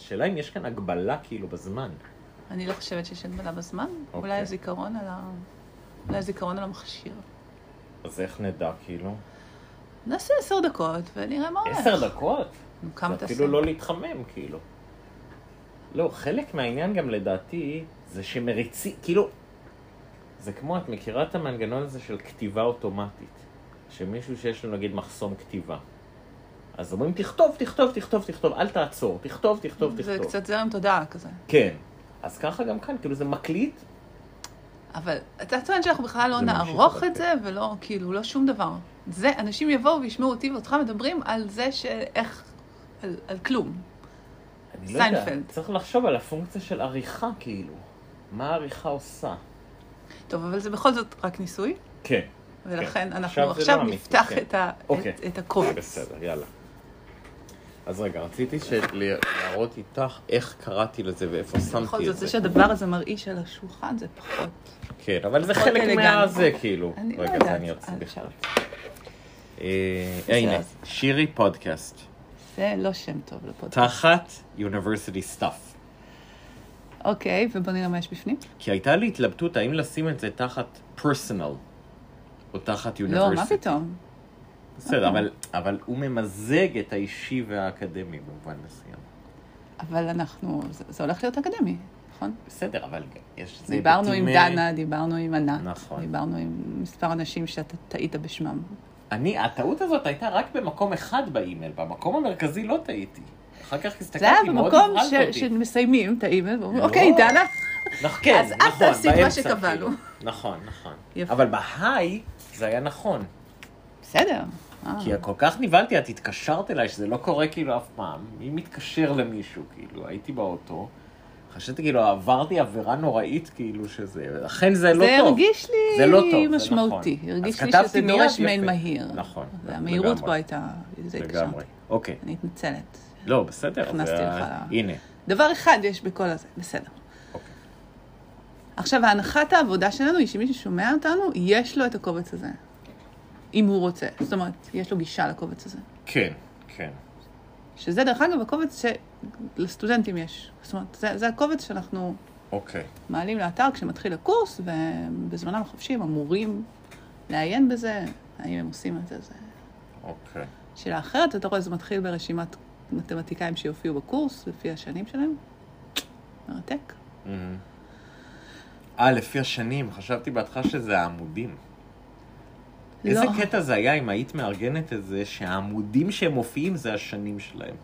השאלה אם יש כאן הגבלה כאילו בזמן. אני לא חושבת שיש הגבלה בזמן. אוקיי. אולי הזיכרון על ה... אולי הזיכרון על המכשיר. אז איך נדע כאילו? נעשה עשר דקות ונראה מה הולך. עשר דקות? נו, כמה זה תעשה? אפילו לא להתחמם, כאילו. לא, חלק מהעניין גם לדעתי, זה שמריצים, כאילו, זה כמו, את מכירה את המנגנון הזה של כתיבה אוטומטית. שמישהו שיש לו נגיד מחסום כתיבה. אז אומרים, תכתוב, תכתוב, תכתוב, תכתוב, אל תעצור, תכתוב, תכתוב, תכתוב. זה קצת זרם תודעה כזה. כן. אז ככה גם כאן, כאילו זה מקליט, אבל אתה טוען שאנחנו בכלל לא זה ממשיך נערוך לדעתי. את זה, ולא, כאילו, לא שום דבר. זה, אנשים יבואו וישמעו אותי ואותך מדברים על זה שאיך, על, על כלום. אני לא יודע, סיינפלד. צריך לחשוב על הפונקציה של עריכה, כאילו. מה העריכה עושה? טוב, אבל זה בכל זאת רק ניסוי, כן. ולכן כן. אנחנו עכשיו זה עכשיו לא אמיתי, נפתח כן. את, ה, אוקיי. את, את הקובץ. בסדר, יאללה. אז רגע, רציתי של- להראות איתך איך קראתי לזה ואיפה בכל שמתי זאת, את זה זה. שהדבר הזה מרעיש על השולחן זה פחות. כן, אבל זה פחות חלק אלגנטי. מהזה, כאילו. אני לא רגע, יודעת. זה אני אוציא אה, בכלל. אפשר. אה, זה הנה, אז. שירי פודקאסט. זה לא שם טוב לפודקאסט. תחת University Stuff. אוקיי, ובוא נראה מה יש בפנים. כי הייתה לי התלבטות האם לשים את זה תחת personal או תחת University. לא, מה פתאום? בסדר, אבל- אבל הוא ממזג את האישי והאקדמי במובן מסוים. אבל אנחנו, זה, זה הולך להיות אקדמי, נכון? בסדר, אבל יש... זה דיברנו עם היבטים, אה, דנה, דיברנו עם ענת, נכון. דיברנו עם מספר אנשים שאתה טעית בשמם. אני, הטעות הזאת הייתה רק במקום אחד באימייל, במקום המרכזי לא טעיתי. אחר כך הסתכלתי, זה היה מאוד במקום הבהלת ש- אותי. שמסיימים את האימייל, ואומרים, לא. אוקיי, דנה, נכ- כן, אז את נכון, תעשי את מה באמצע, שקבענו. כאילו. נכון, נכון. יפה. אבל בהיי זה היה נכון. בסדר. אה, כי כל כך נבהלתי, את התקשרת אליי, שזה לא קורה כאילו אף פעם. מי מתקשר למישהו, כאילו, הייתי באוטו. חשבתי כאילו עברתי עבירה נוראית כאילו שזה, לכן זה לא זה טוב. הרגיש לי זה לא טוב, זה משמעותי. נכון. הרגיש אז לי כתבתי שזה מיד, דורש יפה. מייל מהיר. נכון, והמהירות לגמרי. פה הייתה, זה לגמרי. התקשרתי. אוקיי, אני מתנצלת. לא, בסדר. הכנסתי זה- לך. הנה, דבר אחד יש בכל הזה, בסדר. אוקיי. עכשיו, ההנחת העבודה שלנו היא שמי ששומע אותנו, יש לו את הקובץ הזה. אם הוא רוצה. זאת אומרת, יש לו גישה לקובץ הזה. כן, כן. שזה, דרך אגב, הקובץ שלסטודנטים יש. זאת אומרת, זה, זה הקובץ שאנחנו אוקיי. מעלים לאתר כשמתחיל הקורס, ובזמנם החופשי הם אמורים לעיין בזה, האם הם עושים את זה. זה אוקיי. שאלה אחרת, אתה רואה, זה מתחיל ברשימת מתמטיקאים שיופיעו בקורס, לפי השנים שלהם. מרתק. אה, לפי השנים, חשבתי בהתחלה שזה העמודים. לא. איזה קטע זה היה אם היית מארגנת את זה שהעמודים שהם מופיעים זה השנים שלהם.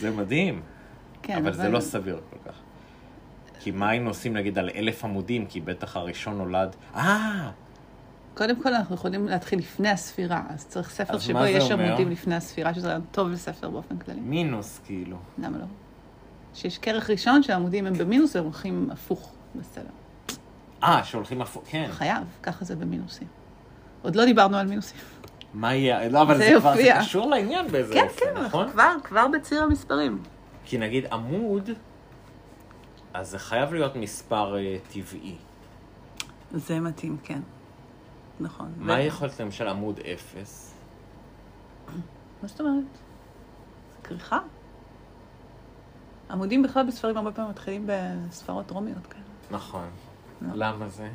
זה מדהים, כן, אבל זה לא סביר כל כך. כי מה היינו עושים נגיד על אלף עמודים, כי בטח הראשון נולד... אה, קודם כל, אנחנו יכולים להתחיל לפני הספירה, אז צריך ספר אז שבו מה זה יש אומר? עמודים לפני הספירה, שזה רעיון טוב לספר באופן כללי. מינוס כאילו. למה לא? שיש כרך ראשון שהעמודים הם במינוס והם הולכים הפוך בסדר. אה, שהולכים הפוך, כן. חייב, ככה זה במינוסים. עוד לא דיברנו על מינוסים. מה יהיה, לא, אבל זה זה כבר, זה יופיע. קשור לעניין באיזה כן, אופן, כן, אנחנו נכון? כבר, כבר בציר המספרים. כי נגיד עמוד, אז זה חייב להיות מספר אה, טבעי. זה מתאים, כן. נכון. מה ו- יכול להיות למשל עמוד אפס? מה זאת אומרת? זה כריכה? עמודים בכלל בספרים הרבה פעמים מתחילים בספרות רומיות כן. כאלה. נכון. לא. למה זה?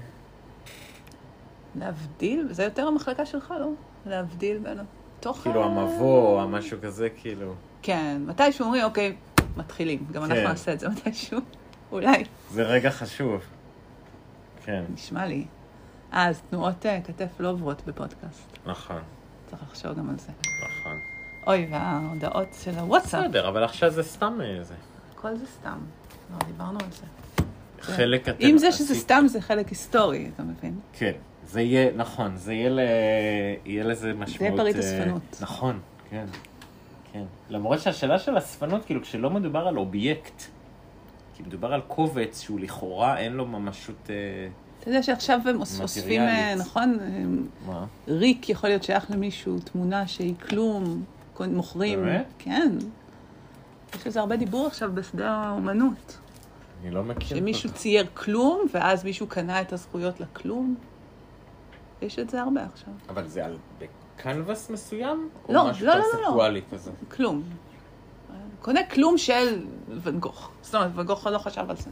להבדיל, זה יותר המחלקה שלך, לא? להבדיל בין התוכן. כאילו המבוא, או משהו כזה, כאילו. כן, מתישהו אומרים, אוקיי, מתחילים. גם אנחנו כן. נעשה את זה מתישהו. אולי, זה רגע חשוב. כן, נשמע לי. אה, אז תנועות אה, כתף לא עוברות בפודקאסט. נכון, צריך לחשוב גם על זה. נכון. אוי, וההודעות של הוואטסאפ. בסדר, אבל עכשיו זה סתם איזה. כל זה סתם. לא, דיברנו על זה. חלק אתם... אם זה שזה כן, עשית- סתם, זה חלק היסטורי, אתה מבין? כן, זה יהיה, נכון, זה יהיה ל... יהיה לזה משמעות... פריט אה, אספנות. נכון, כן. כן. למרות שהשאלה של אספנות, כאילו, כשלא מדובר על אובייקט, כי מדובר על קובץ שהוא לכאורה אין לו ממשות... אה, אתה יודע שעכשיו הם אוס- אוספים, אה, מטריאלית. נכון? הם- מה? ריק יכול להיות שייך למישהו, תמונה שהיא כלום, כל- מוכרים. באמת? כן. יש לזה הרבה דיבור עכשיו בשדה האומנות. אני לא מכיר. שמישהו צייר כלום, ואז מישהו קנה את הזכויות לכלום. יש את זה הרבה עכשיו. אבל זה על... בקנבס מסוים? לא, או משהו לא, לא, לא, לא. קונספטואלי כזה? כלום. קונה כלום של ואן גוך. זאת אומרת, ואן גוך לא חשב על זה.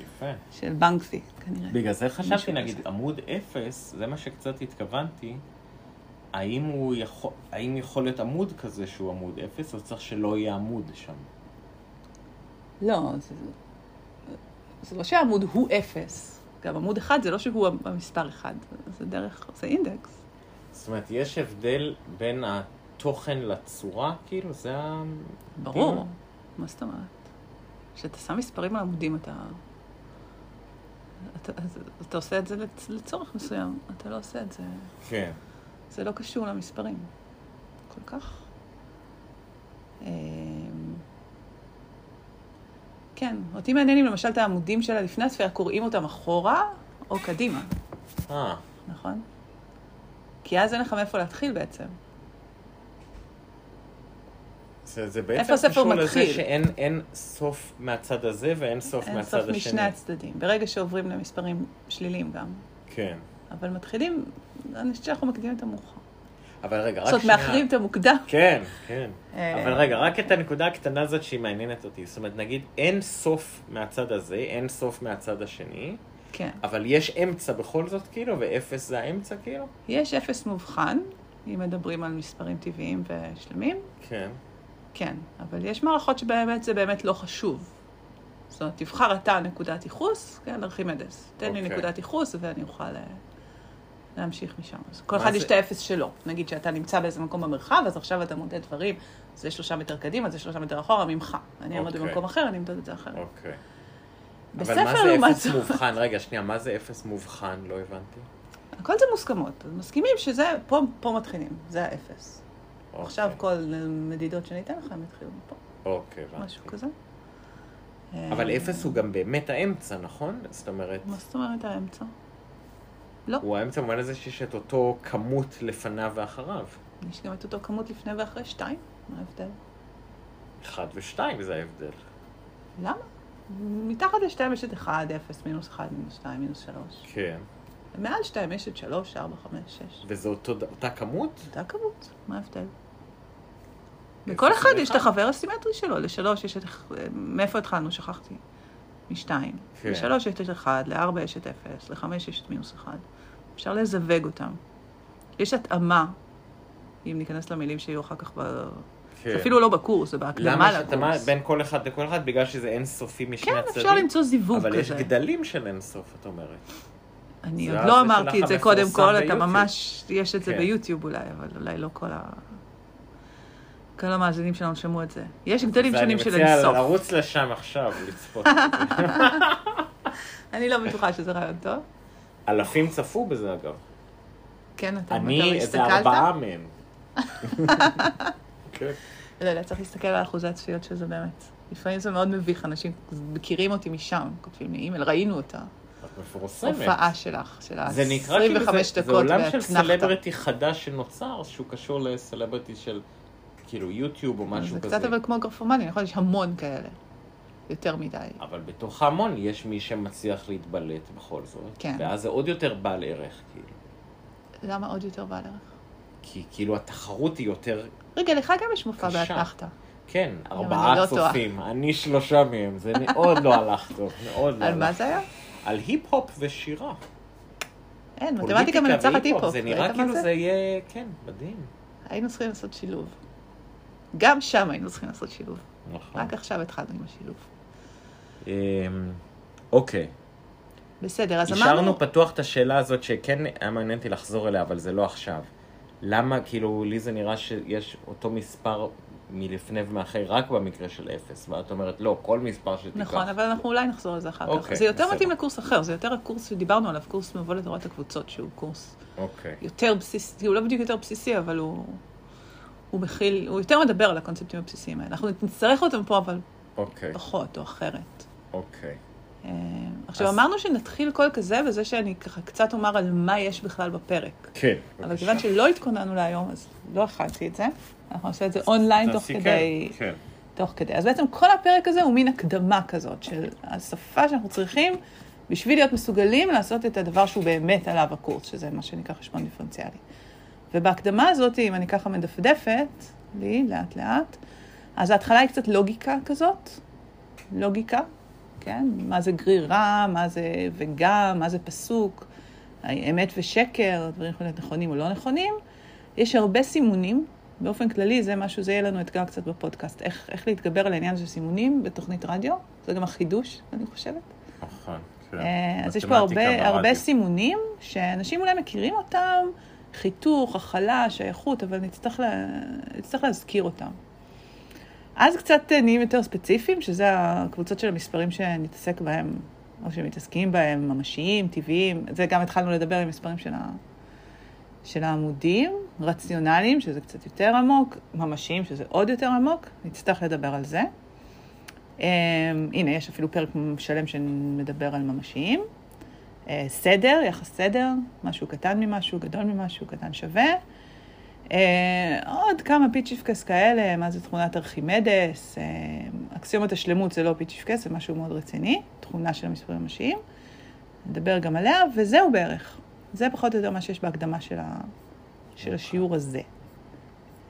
יפה. של בנקסי, כנראה. בגלל זה חשבתי, משהו נגיד, כזה. עמוד אפס, זה מה שקצת התכוונתי, האם הוא יכול, האם יכול להיות עמוד כזה שהוא עמוד אפס, או צריך שלא יהיה עמוד שם? לא, זה, זה לא שהעמוד הוא אפס. גם עמוד אחד זה לא שהוא המספר אחד. זה דרך, זה אינדקס. זאת אומרת, יש הבדל בין התוכן לצורה, כאילו, זה ה... ברור. כאילו, מה זאת אומרת? כשאתה שם מספרים על עמודים, אתה... אתה, אתה, אתה עושה את זה לצ- לצורך מסוים, אתה לא עושה את זה. כן. זה לא קשור למספרים. כל כך. אמ, כן, אותי מעניין אם למשל את העמודים שלה לפני הספירה, קוראים אותם אחורה או קדימה, אה, נכון? כי אז אין לך מאיפה להתחיל בעצם. זה, זה בעצם איפה הספר קשור לזה מתחיל? שאין אין סוף מהצד הזה ואין סוף אין מהצד סוף השני. משני הצדדים. ברגע שעוברים למספרים שליליים גם. כן. אבל מתחילים, אני חושבת שאנחנו מקדימים את המאוחר. אבל רגע, רק זאת אומרת, מאחרים את המוקדם. כן, כן. אה, אבל רגע, רק את הנקודה הקטנה הזאת שהיא מעניינת אותי. זאת אומרת, נגיד אין סוף מהצד הזה, אין סוף מהצד השני, כן. אבל יש אמצע בכל זאת, כאילו, ואפס זה האמצע, כאילו? יש אפס מובחן, אם מדברים על מספרים טבעיים ושלמים, כן. כן. אבל יש מערכות שבאמת זה באמת לא חשוב. זאת אומרת, תבחר אתה נקודת ייחוס, כן, ארכימדס. תן לי אוקיי. נקודת ייחוס ואני אוכל אה, להמשיך משם. אז כל מה אחד זה- יש את האפס שלו. נגיד שאתה נמצא באיזה מקום במרחב, אז עכשיו אתה מודד דברים, זה שלושה מטר קדימה, זה שלושה מטר אחורה ממך. אני אעמוד אוקיי. במקום אחר, אני אמדוד את זה אחרת. אוקיי. אבל מה בספר זה לעומת אפס זאת, מובחן? רגע, שנייה, מה זה אפס מובחן? לא הבנתי. הכל זה מוסכמות. אז מסכימים שזה, פה, פה מתחילים, זה האפס. עכשיו אוקיי. כל מדידות שאני אתן לך, הם יתחילו מפה, אוקיי, הבנתי. משהו כזה. אבל אה, אפס הוא גם באמת האמצע, נכון? זאת אומרת, מה זאת אומרת האמצע? לא, הוא האמצע במובן הזה שיש את אותו כמות לפניו ואחריו. יש גם את אותו כמות לפני ואחרי שתיים, מה ההבדל? אחד ושתיים זה ההבדל. למה? מתחת לשתיים יש את 1, 0, מינוס 1, מינוס 2, מינוס 3. כן. מעל שתיים יש את 3, 4, 5, 6. וזו אותו- אותה כמות? אותה כמות, מה ההבדל? אפס לכל אחד ואחד. יש את החבר הסימטרי שלו, לשלוש יש את... מאיפה התחלנו? שכחתי. משתיים. כן. לשלוש יש את אחד, לארבע יש את אפס, לחמש יש את מינוס אחד. אפשר לזווג אותם. יש התאמה, אם ניכנס למילים שיהיו אחר כך ב... זה אפילו לא בקורס, זה כן. למה בהקדמה יש התאמה לקורס. בין כל אחד לכל אחד? בגלל שזה אינסופי משני כן, הצדדים? אפשר למצוא זיווג אבל יש כזה. גדלים של אינסוף, את אומרת. אני זה הזה עוד לא שלך אמרתי את זה המפורסם קודם כל, אתה ביוטיוב. ממש, יש את זה כן. ביוטיוב אולי, אבל אולי לא כל ה... כל המאזינים שלנו שמעו את זה. יש גדלים שונים של אני מציע אינסוף. לרוץ לשם עכשיו, לצפות. בזה. אני לא בטוחה שזה רעיון טוב. אלפים צפו בזה, אגב. כן, אתה אתה אני, איזה הסתכלת? ארבעה מהם. כן. לא יודע, צריך להסתכל על אחוזי הצפיות של זה באמת. לפעמים זה מאוד מביך, אנשים מכירים אותי משם, כותבים לי אימייל, ראינו אותה. את מפורסמת. הופעה שלך, של זה נקרא כאילו ה-25 זה- דקות, זה עולם של והצנחת. סלבריטי חדש שנוצר, שהוא קשור לסלבריטי של כאילו יוטיוב או משהו זה כזה. קצת אבל כמו גרפומניה, נכון? יש המון כאלה. יותר מדי. אבל בתוך ההמון יש מי שמצליח להתבלט בכל זאת. כן. ואז זה עוד יותר בעל ערך, כאילו. למה עוד יותר בעל ערך? כי כאילו התחרות היא יותר, רגע, לך גם יש מופע קשה. באתנחתא. כן, אני ארבעה לא טועה. צופים, אני שלושה מהם, זה מאוד לא הלך טוב, מאוד לא על מה הלך. זה היה? על היפ-הופ ושירה. אין, מתמטיקה פוליטיקה מנצחת והיפ-הופ, היפ-הופ. זה ראית נראה מה כאילו זה? זה יהיה, כן, מדהים. היינו צריכים לעשות שילוב. גם שם היינו צריכים לעשות שילוב. נכון. רק עכשיו התחלנו עם השילוב. אמ, אוקיי. בסדר, אז אמרנו... השארנו פתוח את השאלה הזאת שכן היה מעניין אותי לחזור אליה, אבל זה לא עכשיו. למה, כאילו, לי זה נראה שיש אותו מספר מלפני ומאחרי רק במקרה של אפס, ואת אומרת, לא, כל מספר שתיקח. נכון, אבל אנחנו אולי נחזור על זה אחר כך. אוקיי, זה יותר בסדר. מתאים לקורס אחר, זה יותר הקורס שדיברנו עליו, קורס מבוא לתורת הקבוצות, שהוא קורס אוקיי. יותר בסיסי, הוא לא בדיוק יותר בסיסי, אבל הוא... הוא מכיל, הוא יותר מדבר על הקונספטים הבסיסיים האלה. אנחנו נצטרך אותם פה, אבל אוקיי, פחות או אחרת. אוקיי. אה, עכשיו, אז- אמרנו שנתחיל כל כזה בזה שאני ככה קצת אומר על מה יש בכלל בפרק. כן, אבל כיוון שלא התכוננו להיום, אז לא הכנתי את זה. אנחנו נעשה את זה אונליין תוך כדי... כן, תוך כדי. אז בעצם כל הפרק הזה הוא מין הקדמה כזאת של השפה שאנחנו צריכים בשביל להיות מסוגלים לעשות את הדבר שהוא באמת עליו הקורס, שזה מה שנקרא חשבון דיפרנציאלי. ובהקדמה הזאת, אם אני ככה מדפדפת, לי, לאט לאט, אז ההתחלה היא קצת לוגיקה כזאת, לוגיקה, כן? מה זה גרירה, מה זה וגם, מה זה פסוק, אמת ושקר, דברים יכולים להיות נכונים או לא נכונים. יש הרבה סימונים, באופן כללי זה משהו, זה יהיה לנו אתגר קצת בפודקאסט, איך, איך להתגבר על העניין של סימונים בתוכנית רדיו, זה גם החידוש, אני חושבת. נכון, כן. אה, אז יש פה מתמטיקה הרבה, הרבה ברדיו. אוקיי. סימונים שאנשים אולי מכירים אותם, חיתוך, הכלה, שייכות, אבל נצטרך, לה, נצטרך להזכיר אותם. אז קצת אה, נהיים יותר ספציפיים, שזה הקבוצות של המספרים שנתעסק בהם, או שמתעסקים בהם, ממשיים, טבעיים. זה גם התחלנו לדבר עם מספרים של, ה, של העמודים, רציונליים, שזה קצת יותר עמוק, ממשיים, שזה עוד יותר עמוק, נצטרך לדבר על זה. Um, הנה, יש אפילו פרק שלם שמדבר על ממשיים. Uh, סדר, יחס סדר, משהו קטן ממשהו, גדול ממשהו, קטן שווה. Uh, עוד כמה פיצ'יפקס כאלה, מה זה תכונת ארכימדס, uh, אקסיומת השלמות זה לא פיצ'יפקס, זה משהו מאוד רציני, תכונה של המספרים המשיים. נדבר גם עליה, וזהו בערך. זה פחות או יותר מה שיש בהקדמה של, ה... של השיעור הזה.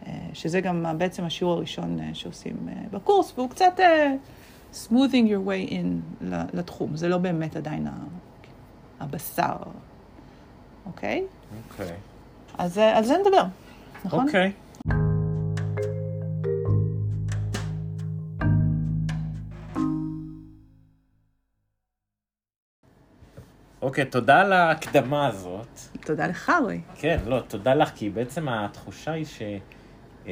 אה, שזה גם ה- בעצם השיעור הראשון אה, שעושים אה, בקורס, והוא קצת אה, smoothing your way in ל- לתחום. זה לא באמת עדיין ה- הבשר, אוקיי? אוקיי. אז אה, על זה נדבר, נכון? אוקיי. אוקיי, תודה על ההקדמה הזאת. תודה לך, רועי. כן, לא, תודה לך, כי בעצם התחושה היא ש... אמ,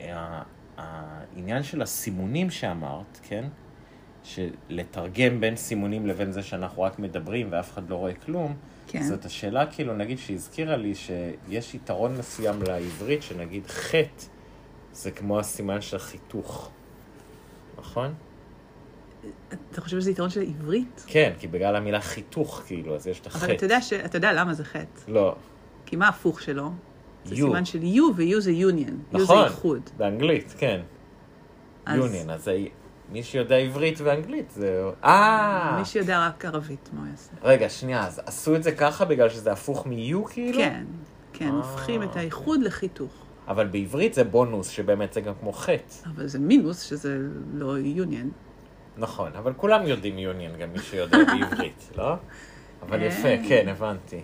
ה- העניין של הסימונים שאמרת, כן? שלתרגם בין סימונים לבין זה שאנחנו רק מדברים ואף אחד לא רואה כלום, כן. זאת השאלה, כאילו, נגיד שהזכירה לי שיש יתרון מסוים לעברית, שנגיד חטא זה כמו הסימן של חיתוך, נכון? אתה חושב שזה יתרון של עברית? כן, כי בגלל המילה חיתוך, כאילו, אז יש את אבל אתה החטא. יודע, ש... אתה יודע למה זה חטא. לא, כי מה ההפוך שלו? זה U. סימן של U ו-U זה union. U זה נכון. איחוד. באנגלית, כן. אז- יוניון, אז ה- מי שיודע עברית ואנגלית זה... אה! מי שיודע רק ערבית, מה הוא יעשה? רגע, שנייה, אז עשו את זה ככה בגלל שזה הפוך מ-U כאילו? כן, כן, אה, הופכים את האיחוד לחיתוך. אבל בעברית זה בונוס, שבאמת זה גם כמו חטא. אבל זה מינוס, שזה לא union. נכון, אבל כולם יודעים יוניון, גם מי שיודע בעברית, לא? אבל אה. יפה, כן, הבנתי.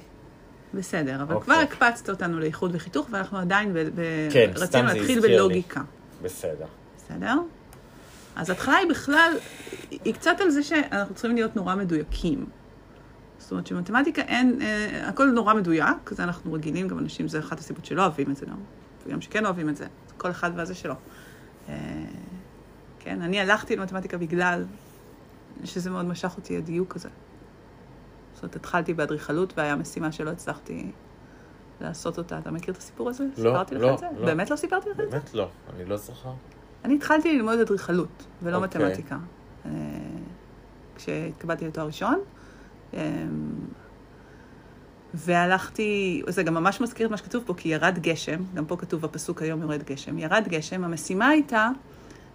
בסדר, אבל אוקיי. כבר הקפצת אותנו לאיחוד וחיתוך, ואנחנו עדיין ב... ב- כן, סתם רצינו זה להתחיל הזכיר לי. בלוגיקה, בסדר. בסדר? אז ההתחלה היא בכלל, היא היא קצת על זה שאנחנו צריכים להיות נורא מדויקים. זאת אומרת שמתמטיקה אין, אה, הכל נורא מדויק, זה אנחנו רגילים, גם אנשים, זה אחת הסיבות שלא אוהבים את זה גם, וגם שכן אוהבים את זה, כל אחד והזה שלו. אה, כן, אני הלכתי למתמטיקה בגלל שזה מאוד משך אותי, הדיוק הזה. זאת אומרת, התחלתי באדריכלות והיה משימה שלא הצלחתי לעשות אותה. אתה מכיר את הסיפור הזה? לא, סיפרתי לך לא, את זה? לא. באמת לא סיפרתי לך את זה? באמת לא, אני לא זוכר. אני התחלתי ללמוד אדריכלות, ולא אוקיי. מתמטיקה. אה, כשהתקבלתי לתואר ראשון. אה, והלכתי, זה גם ממש מזכיר את מה שכתוב פה, כי ירד גשם, גם פה כתוב בפסוק היום יורד גשם, ירד גשם, המשימה הייתה,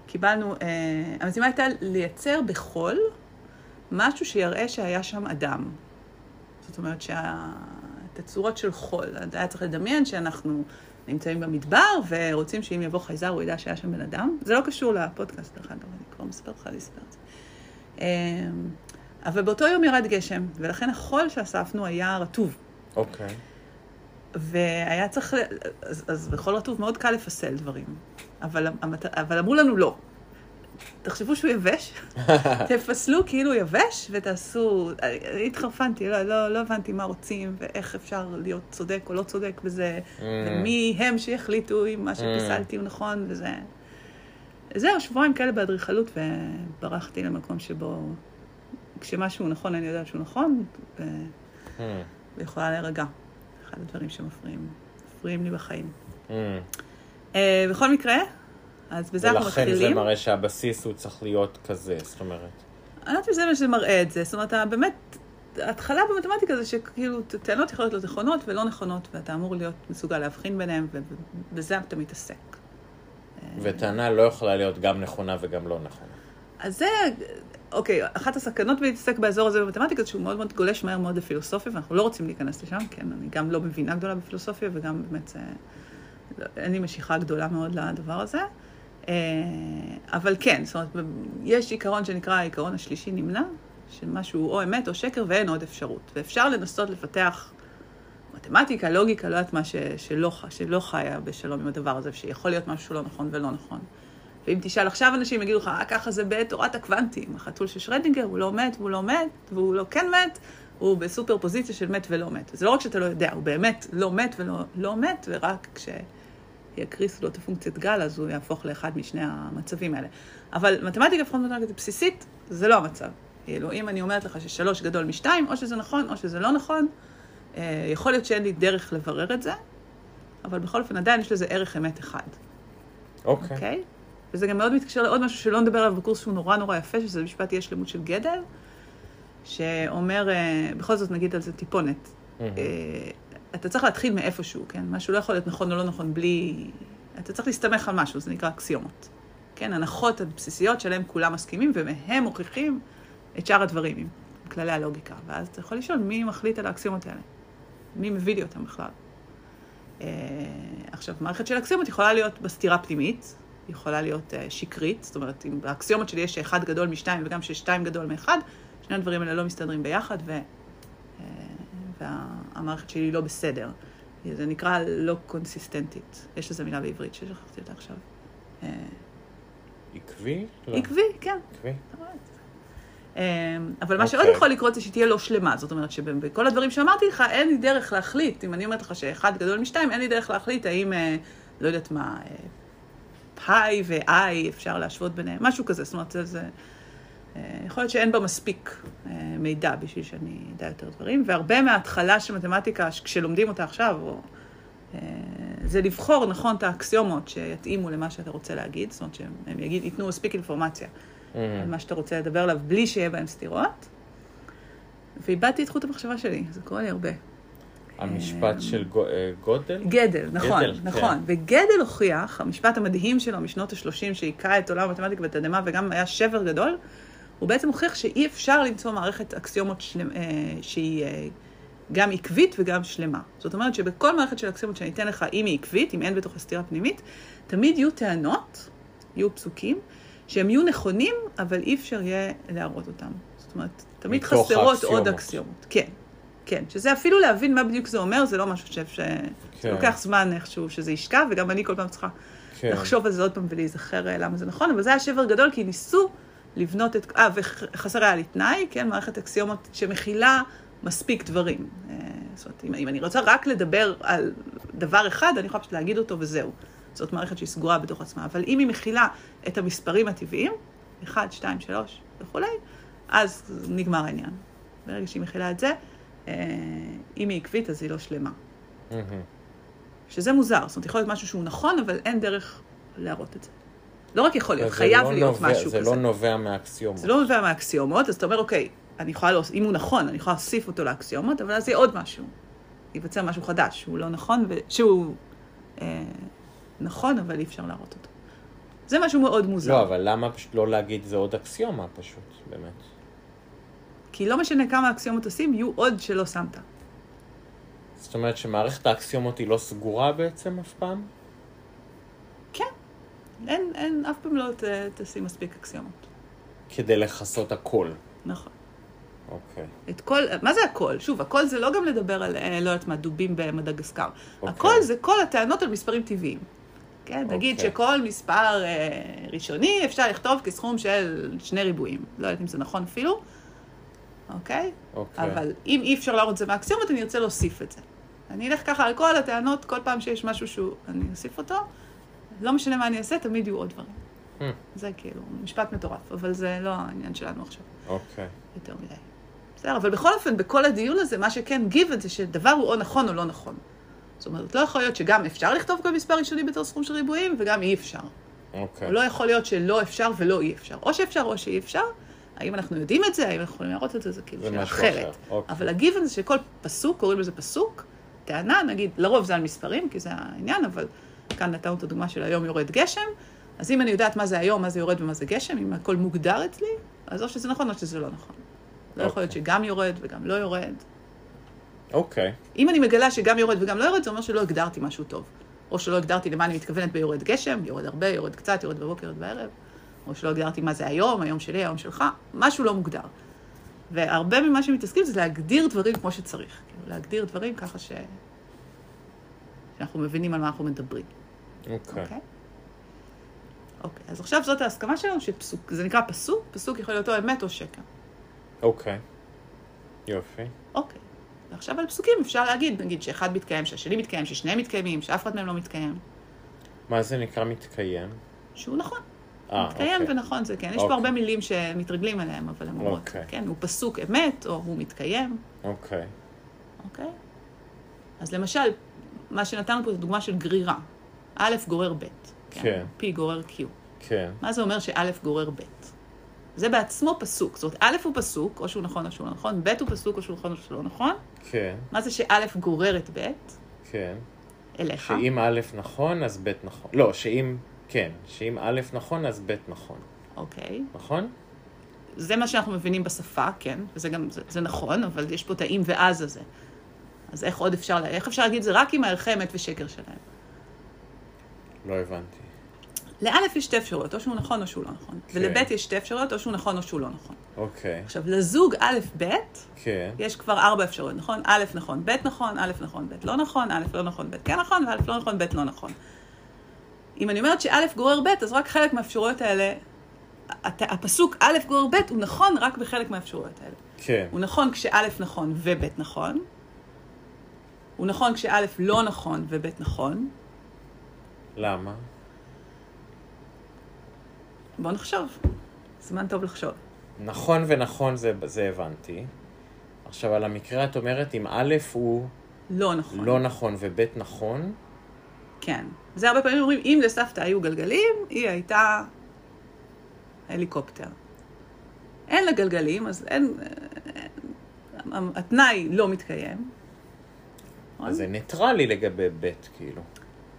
קיבלנו, אה, המשימה הייתה לייצר בחול משהו שיראה שהיה שם אדם. זאת אומרת שהתצורות של חול, היה צריך לדמיין שאנחנו נמצאים במדבר ורוצים שאם יבוא חייזר הוא ידע שהיה שם בן אדם. זה לא קשור לפודקאסט, דרך אגב, אני כבר מספר לך לספר את זה. אמ, אבל באותו יום ירד גשם, ולכן החול שאספנו היה רטוב. אוקיי. והיה צריך, ל- אז, אז בכל רטוב מאוד קל לפסל דברים. אבל, המת- אבל אמרו לנו לא. תחשבו שהוא יבש, תפסלו כאילו יבש ותעשו, אני התחרפנתי, לא, לא, לא הבנתי מה רוצים ואיך אפשר להיות צודק או לא צודק בזה, ומי הם שיחליטו אם מה שפסלתי הוא נכון וזה. זהו, שבועיים כאלה באדריכלות וברחתי למקום שבו כשמשהו נכון אני יודעת שהוא נכון, ו... אה, ויכולה להירגע. אחד הדברים שמפריעים, מפריעים לי בחיים. אה. אה, בכל מקרה, אז בזה אנחנו ולכן זה מתחילים. מראה שהבסיס הוא צריך להיות כזה, זאת אומרת. אני לא יודעת אם זה מה שמראה את זה. זאת אומרת, באמת, ההתחלה במתמטיקה זה שכאילו, ט- טענות יכולות להיות נכונות ולא נכונות, ואתה אמור להיות מסוגל להבחין ביניהן, ובזה אתה מתעסק. וטענה לא יכולה להיות גם נכונה וגם לא נכונה. אז זה, אוקיי, אחת הסכנות בלהתעסק באזור הזה במתמטיקה, זה שהוא מאוד מאוד גולש מהר מאוד לפילוסופיה, ואנחנו לא רוצים להיכנס לשם, כן, אני גם לא מבינה אה, גדולה בפילוסופיה, וגם באמת, זה, לא- אין לי משיכה גדולה מאוד לדבר הזה. אמ, אה, אבל כן, זאת אומרת, יש עיקרון שנקרא העיקרון השלישי נמנע, שמשהו או אמת או שקר ואין עוד אפשרות. ואפשר לנסות לפתח מתמטיקה, לוגיקה, לא יודעת מה, ש, שלא, ח- שלא חיה בשלום עם הדבר הזה, שיכול להיות משהו לא נכון ולא נכון. ואם תשאל עכשיו אנשים, יגידו לך, אה, ככה זה בתורת הקוונטים, החתול של שרדינגר, הוא לא מת, והוא לא מת, והוא לא כן מת, הוא בסופר פוזיציה של מת ולא מת. זה לא רק שאתה לא יודע, הוא באמת לא מת ולא לא מת, ורק כש... יקריסו לו את הפונקציית גל, אז הוא יהפוך לאחד משני המצבים האלה. אבל מתמטיקה, לפחות מתמטיקה בסיסית, זה לא המצב. כאילו, אם אני אומרת לך ששלוש גדול משתיים, או שזה נכון או שזה לא נכון, אה, יכול להיות שאין לי דרך לברר את זה, אבל בכל אופן עדיין יש לזה ערך אמת אחד, אוקיי. אוקיי? וזה גם מאוד מתקשר לעוד משהו שלא נדבר עליו בקורס שהוא נורא נורא יפה, שזה משפט אי שלמות של גדל, שאומר, אה, בכל זאת נגיד על זה טיפונת, מהמם. אה, אתה צריך להתחיל מאיפשהו, כן? משהו לא יכול להיות נכון או לא נכון בלי... אתה צריך להסתמך על משהו, זה נקרא אקסיומות. כן, הנחות הבסיסיות שעליהן כולם מסכימים, ומהם מוכיחים את שאר הדברים, עם כללי הלוגיקה. ואז אתה יכול לשאול מי מחליט על האקסיומות האלה. מי מביא לי אותם בכלל. אה, עכשיו, מערכת של אקסיומות יכולה להיות בסתירה פנימית, יכולה להיות אה, שקרית, זאת אומרת, אם באקסיומות שלי יש שאחד גדול משתיים וגם ששתיים גדול מאחד, שני הדברים האלה לא מסתדרים ביחד, ו... אה, והמערכת שלי לא בסדר. זה נקרא לא קונסיסטנטית. יש לזה מילה בעברית ששכחתי אותה עכשיו. אה, עקבי? לא. עקבי, כן. עקבי. אה, אבל מה שעוד אוקיי. יכול לקרות זה שהיא תהיה לא שלמה. זאת אומרת שבכל הדברים שאמרתי לך, אין לי דרך להחליט. אם אני אומרת לך שאחד גדול משתיים, אין לי דרך להחליט האם, אה, לא יודעת מה, אה, פאי ואיי אפשר להשוות ביניהם, משהו כזה. זאת אומרת, זה... זה... אה, יכול להיות שאין בה מספיק אה, מידע בשביל שאני אדע יותר דברים, והרבה מההתחלה של מתמטיקה, ש- כשלומדים אותה עכשיו, או, אה, זה לבחור נכון את האקסיומות שיתאימו למה שאתה רוצה להגיד, זאת אומרת שהם הם יגיד, ייתנו מספיק אינפורמציה מהמם. על מה שאתה רוצה לדבר עליו בלי שיהיה בהם סתירות. ואיבדתי את חוט המחשבה שלי, זה קורה לי הרבה. המשפט של גו- אה, גודל? גדל, נכון, גדל, כן. נכון. וגדל הוכיח, המשפט המדהים שלו משנות ה-30 שהיכה את עולם המתמטיקה בתדהמה וגם היה שבר גדול, הוא בעצם הוכיח שאי אפשר למצוא מערכת אקסיומות שלמ, אה, שהיא אה, גם עקבית וגם שלמה. זאת אומרת שבכל מערכת של אקסיומות שאני אתן לך, אם היא עקבית, אם אין בתוכה סתירה פנימית, תמיד יהיו טענות, יהיו פסוקים, שהם יהיו נכונים, אבל אי אפשר יהיה להראות אותם. זאת אומרת, תמיד מתוך חסרות האקסיומות. עוד אקסיומות. כן, כן. שזה אפילו להבין מה בדיוק זה אומר, זה לא משהו שאפשר... זה כן. לוקח זמן איכשהו שזה ישקע, וגם אני כל פעם צריכה כן. לחשוב על זה עוד פעם ולהיזכר אה, למה זה נכון, אבל זה היה שבר גדול, כי ניסו לבנות את... אה, וחסר היה לי תנאי, כן, מערכת אקסיומות שמכילה מספיק דברים. אה, זאת אומרת, אם, אם אני רוצה רק לדבר על דבר אחד, אני יכולה פשוט להגיד אותו וזהו. זאת מערכת שהיא סגורה בתוך עצמה. אבל אם היא מכילה את המספרים הטבעיים, 1, 2, 3 וכולי, אז נגמר העניין. ברגע שהיא מכילה את זה, אה, אם היא עקבית, אז היא לא שלמה. מהמם. שזה מוזר. זאת אומרת, יכול להיות משהו שהוא נכון, אבל אין דרך להראות את זה. לא רק יכול להיות, זה חייב לא להיות נובע- משהו זה כזה. לא נובע מהאקסיומות. זה לא נובע מהאקסיומות, אז אתה אומר, אוקיי, אני יכולה להוס... אם הוא נכון, אני יכולה להוסיף אותו לאקסיומות, אבל אז יהיה עוד משהו. ייווצר משהו חדש, שהוא לא נכון, ו... שהוא אה, נכון, אבל אי אפשר להראות אותו. זה משהו מאוד מוזר. לא, אבל למה פשוט לא להגיד זה עוד אקסיומה פשוט, באמת? כי לא משנה כמה אקסיומות תשים, יהיו עוד שלא שמת. זאת אומרת שמערכת האקסיומות היא לא סגורה בעצם אף פעם? אין, אין, אף פעם לא ת, תשים מספיק אקסיומות. כדי לכסות הכל. נכון. אוקיי. את כל, מה זה הכל? שוב, הכל זה לא גם לדבר על, אה, לא יודעת מה, דובים במדגסקר. אוקיי. הכל זה כל הטענות על מספרים טבעיים. כן, נגיד אוקיי. שכל מספר אה, ראשוני אפשר לכתוב כסכום של שני ריבועים. לא יודעת אם זה נכון אפילו, אוקיי? אוקיי. אבל אם אי אפשר להראות את זה מאקסיומות, אני ארצה להוסיף את זה. אני אלך ככה על כל הטענות, כל פעם שיש משהו שהוא, אני אוסיף אותו. לא משנה מה אני אעשה, תמיד יהיו עוד דברים. Hmm, זה כאילו משפט מטורף, אבל זה לא העניין שלנו עכשיו. אוקיי. יותר מדי. בסדר, אבל בכל אופן, בכל הדיון הזה, מה שכן גיוון זה שדבר הוא או נכון או לא נכון. זאת אומרת, לא יכול להיות שגם אפשר לכתוב כל מספר ראשוני בתור סכום של ריבועים, וגם אי אפשר. אוקיי. או לא יכול להיות שלא אפשר ולא אי אפשר. או שאפשר או שאי אפשר. האם אנחנו יודעים את זה, האם אנחנו יכולים להראות את זה, זה כאילו זה שאלה משהו אחרת. אחר, אוקיי. אבל הגיוון זה שכל פסוק, קוראים לזה פסוק, טענה, נגיד, לרוב זה על מספרים, כי זה העניין, אבל כאן נתנו את הדוגמה של היום יורד גשם, אז אם אני יודעת מה זה היום, מה זה יורד ומה זה גשם, אם הכל מוגדר אצלי, אז או שזה נכון או שזה לא נכון. לא יכול להיות אוקיי. שגם יורד וגם לא יורד. אוקיי. אם אני מגלה שגם יורד וגם לא יורד, זה אומר שלא הגדרתי משהו טוב. או שלא הגדרתי למה אני מתכוונת ביורד גשם, יורד הרבה, יורד קצת, יורד בבוקר, יורד בערב, או שלא הגדרתי מה זה היום, היום שלי, היום שלך, משהו לא מוגדר. והרבה ממה שמתעסקים זה להגדיר דברים כמו שצריך. כאילו, להגדיר דברים ככה ש... שאנחנו מבינים על מה אנחנו מדברים. אוקיי. אוקיי? אוקיי, אז עכשיו זאת ההסכמה שלנו, שפסוק, זה נקרא פסוק, פסוק יכול להיות או אמת או שקר. אוקיי. יופי. אוקיי. ועכשיו על פסוקים אפשר להגיד, נגיד שאחד מתקיים, שהשני מתקיים, ששניהם מתקיימים, שאף אחד מהם לא מתקיים. מה זה נקרא מתקיים? שהוא נכון, אה, מתקיים אוקיי. ונכון זה כן. יש פה אוקיי. הרבה מילים שמתרגלים עליהם, אבל הן אומרות, אוקיי. כן, הוא פסוק אמת, או הוא מתקיים, אוקיי. אוקיי? אז למשל, מה שנתנו פה זו דוגמה של גרירה. א' גורר ב', כן. כן. פ' גורר Q. כן. מה זה אומר שא' גורר ב'? זה בעצמו פסוק. זאת אומרת, א' הוא פסוק, או שהוא נכון או שהוא לא נכון, ב' הוא פסוק, או שהוא נכון או שהוא לא נכון. כן. מה זה שא' גורר את ב'? כן. אליך. שאם א' נכון, אז ב' נכון. לא, שאם... כן. שאם א' נכון, אז ב' נכון. אוקיי. נכון? זה מה שאנחנו מבינים בשפה, כן, וזה גם, זה, זה נכון, אבל יש פה את האם ואז הזה. אז איך עוד אפשר, לה- איך אפשר להגיד את זה רק עם הערכי אמת ושקר שלהם? לא הבנתי. לאלף יש שתי אפשרויות, או שהוא נכון או שהוא לא נכון. כן. ולבית יש שתי אפשרויות, או שהוא נכון או שהוא לא נכון. אוקיי. עכשיו, לזוג א'-ב', כן. יש כבר ארבע אפשרויות, נכון? א' נכון, ב' נכון, א' נכון, ב' לא נכון, א' לא נכון, ב' כן נכון, וא' לא נכון, ב' לא נכון. אם אני אומרת שא' גורר ב', אז רק חלק מהאפשרויות האלה, הת- הפסוק א' גורר ב' הוא נכון רק בחלק מהאפשרויות האלה. כן. הוא נכון כשא' נכון וב' נכון, הוא נכון כשא' לא נכון וב' נכון. למה? בואו נחשוב, זמן טוב לחשוב. נכון ונכון זה, זה הבנתי. עכשיו, על המקרה את אומרת, אם א' הוא לא נכון. לא נכון וב' נכון, כן. זה הרבה פעמים אומרים, אם לסבתא היו גלגלים, היא הייתה הליקופטר. אין לה גלגלים, אז אין... אין התנאי לא מתקיים. נכון? אז זה ניטרלי לגבי ב', כאילו.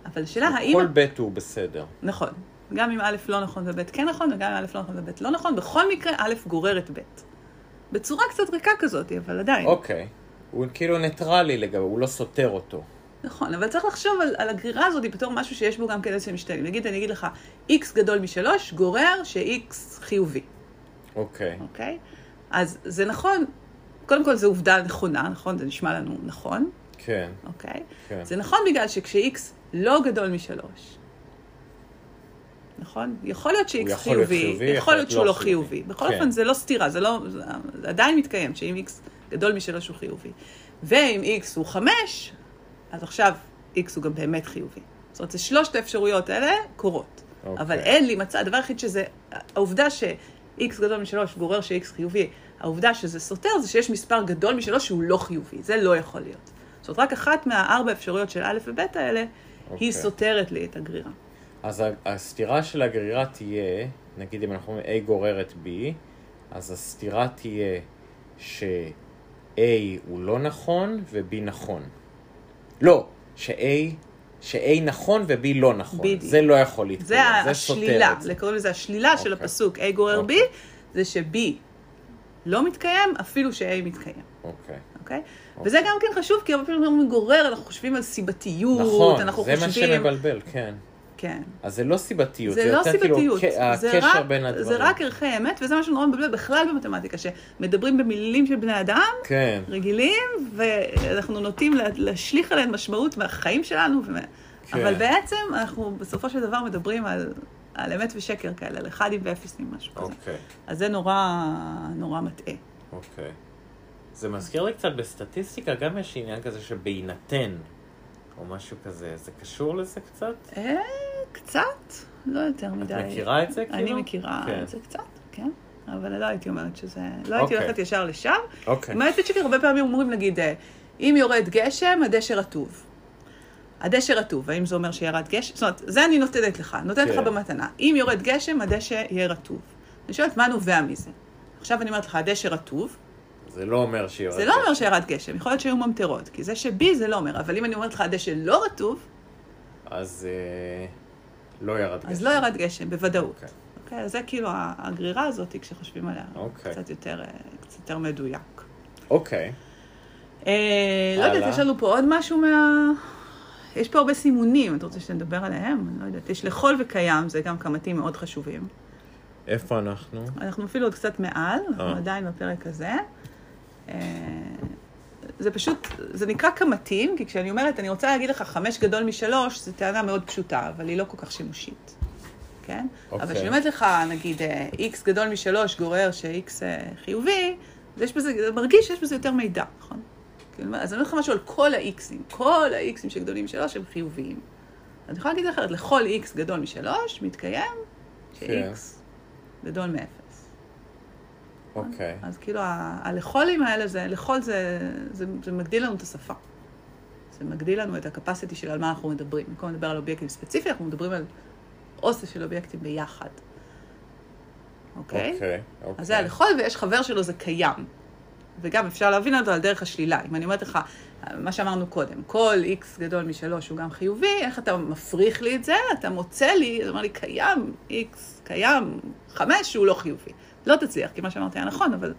אבל השאלה לא, האם... כל ב' הוא בסדר. נכון. גם אם א' לא נכון וב' כן נכון, וגם אם א' לא נכון וב' לא נכון, בכל מקרה א' גורר את ב'. בצורה קצת ריקה כזאת, אבל עדיין. אוקיי. הוא כאילו ניטרלי לגבי, הוא לא סותר אותו. נכון, אבל צריך לחשוב על, על הגרירה הזאת בתור משהו שיש בו גם כן איזשהם משתנים. נגיד, אני אגיד לך, x גדול משלוש גורר ש-x חיובי. אוקיי. אוקיי? אז זה נכון, קודם כל זו עובדה נכונה, נכון? זה נשמע לנו נכון, כן, אוקיי? כן. זה נכון בגלל שכש-x לא גדול משלוש, נכון? יכול להיות הוא ש-x יכול להיות חיובי, חיובי, יכול להיות שהוא לא חיובי. בכל כן. אופן, זה לא סתירה, זה לא... זה- זה עדיין מתקיים, שאם x גדול משלוש הוא חיובי. ואם x הוא חמש, אז עכשיו x הוא גם באמת חיובי. זאת אומרת, זה שלושת האפשרויות האלה קורות. אוקיי. אבל אין להימצא, הדבר היחיד שזה, העובדה ש-x גדול משלוש גורר ש-x חיובי, העובדה שזה סותר זה שיש מספר גדול משלוש שהוא לא חיובי, זה לא יכול להיות. זאת אומרת, רק אחת מהארבע אפשרויות של א' וב' האלה, אוקיי. היא סותרת לי את הגרירה. אז ה- הסתירה של הגרירה תהיה, נגיד אם אנחנו אומרים A גוררת B, אז הסתירה תהיה ש-A הוא לא נכון ו-B נכון. לא, ש-A, ש-A נכון ו-B לא נכון. בדיוק. זה לא יכול להתקיים, זה סותר השלילה, את זה. זה קוראים לזה השלילה של אוקיי. הפסוק A גורר B, אוקיי. זה ש-B לא מתקיים, אפילו ש-A מתקיים. אוקיי. אוקיי? וזה גם כן חשוב, כי הרבה פעמים אומרים גורר, אנחנו חושבים על סיבתיות, נכון, אנחנו זה מה חושבים... שמבלבל, כן. כן. אז זה לא סיבתיות, זה לא יותר כאילו סיבתיות, כ- זה הקשר רק- בין הדברים. זה רק ערכי אמת, וזה מה שנורא מבלבל בכלל במתמטיקה, שמדברים במילים של בני אדם כן, רגילים, ואנחנו נוטים לה- להשליך עליהן משמעות מהחיים שלנו, ומה- כן. אבל בעצם אנחנו בסופו של דבר מדברים על... על אמת ושקר כאלה, על אחד עם ואפסים, משהו כזה. אוקיי. אז זה נורא, נורא מטעה. אוקיי. זה מזכיר לי קצת בסטטיסטיקה, גם יש עניין כזה שבהינתן, או משהו כזה, זה קשור לזה קצת? אה, קצת, לא יותר מדי. מכירה את זה, אני כאילו? מכירה כן. את זה קצת, כן. אבל לא הייתי אומרת שזה... לא הייתי אוקיי. הולכת ישר לשם. אוקיי. מעטת שקר, הרבה פעמים אומרים, נגיד, אה, אם יורד גשם, הדשא רטוב. הדשא רטוב, האם זה אומר שירד גשם? זאת אומרת, זה אני נותנת לך, נותנת כן. לך במתנה. אם יורד גשם, הדשא יהיה רטוב. אני שואלת, מה נובע מזה? עכשיו אני אומרת לך, הדשא רטוב, זה לא אומר שיורד. זה לא אומר שירד גשם, יכול להיות שהיו ממטרות, כי זה שבי זה לא אומר, אבל אם אני אומרת לך, הדשא לא רטוב, אז אה, לא ירד גשם. אז לא ירד גשם, בוודאות. אוקיי. אוקיי, אז זה כאילו הגרירה הזאת, כשחושבים עליה, אוקיי. קצת יותר, אה, קצת יותר מדויק. אוקיי. אה, לא יודעת, הלאה. יש לנו פה עוד משהו מה... יש פה הרבה סימונים, אתה רוצה שנדבר עליהם? אני לא יודעת. יש לכל וקיים, זה גם כמתים מאוד חשובים. איפה אנחנו? אנחנו אפילו עוד קצת מעל, אנחנו אה. עדיין בפרק הזה. אה, זה פשוט, זה נקרא כמתים, כי כשאני אומרת, אני רוצה להגיד לך חמש גדול משלוש, זו טענה מאוד פשוטה, אבל היא לא כל כך שימושית, כן? אוקיי. אבל כשאני אומרת לך, נגיד, אה, x גדול משלוש גורר ש-x אה, חיובי, אז יש בזה, זה מרגיש שיש בזה יותר מידע, נכון? כאילו, אז אני אומרת לך משהו על כל ה-x'ים, כל ה-x'ים שגדולים משלוש הם חיוביים. אז אני יכולה להגיד אחרת, לכל x גדול משלוש מתקיים כן. ש-x גדול מאפס. אוקיי. אז כאילו, ה- הלכולים האלה, זה, לכל זה, זה, זה מגדיל לנו את השפה. זה מגדיל לנו את ה-capacity של על מה אנחנו מדברים. במקום לדבר על אובייקטים ספציפי, אנחנו מדברים על אוסף של אובייקטים ביחד. אוקיי? אוקיי. אז זה הלכול, ויש חבר שלו, זה קיים. וגם אפשר להבין אותו על דרך השלילה. אם אני אומרת לך, מה שאמרנו קודם, כל x גדול משלוש הוא גם חיובי, איך אתה מפריך לי את זה? אתה מוצא לי, אתה אומר לי, קיים x, קיים חמש שהוא לא חיובי. לא תצליח, כי מה שאמרתי היה נכון, אבל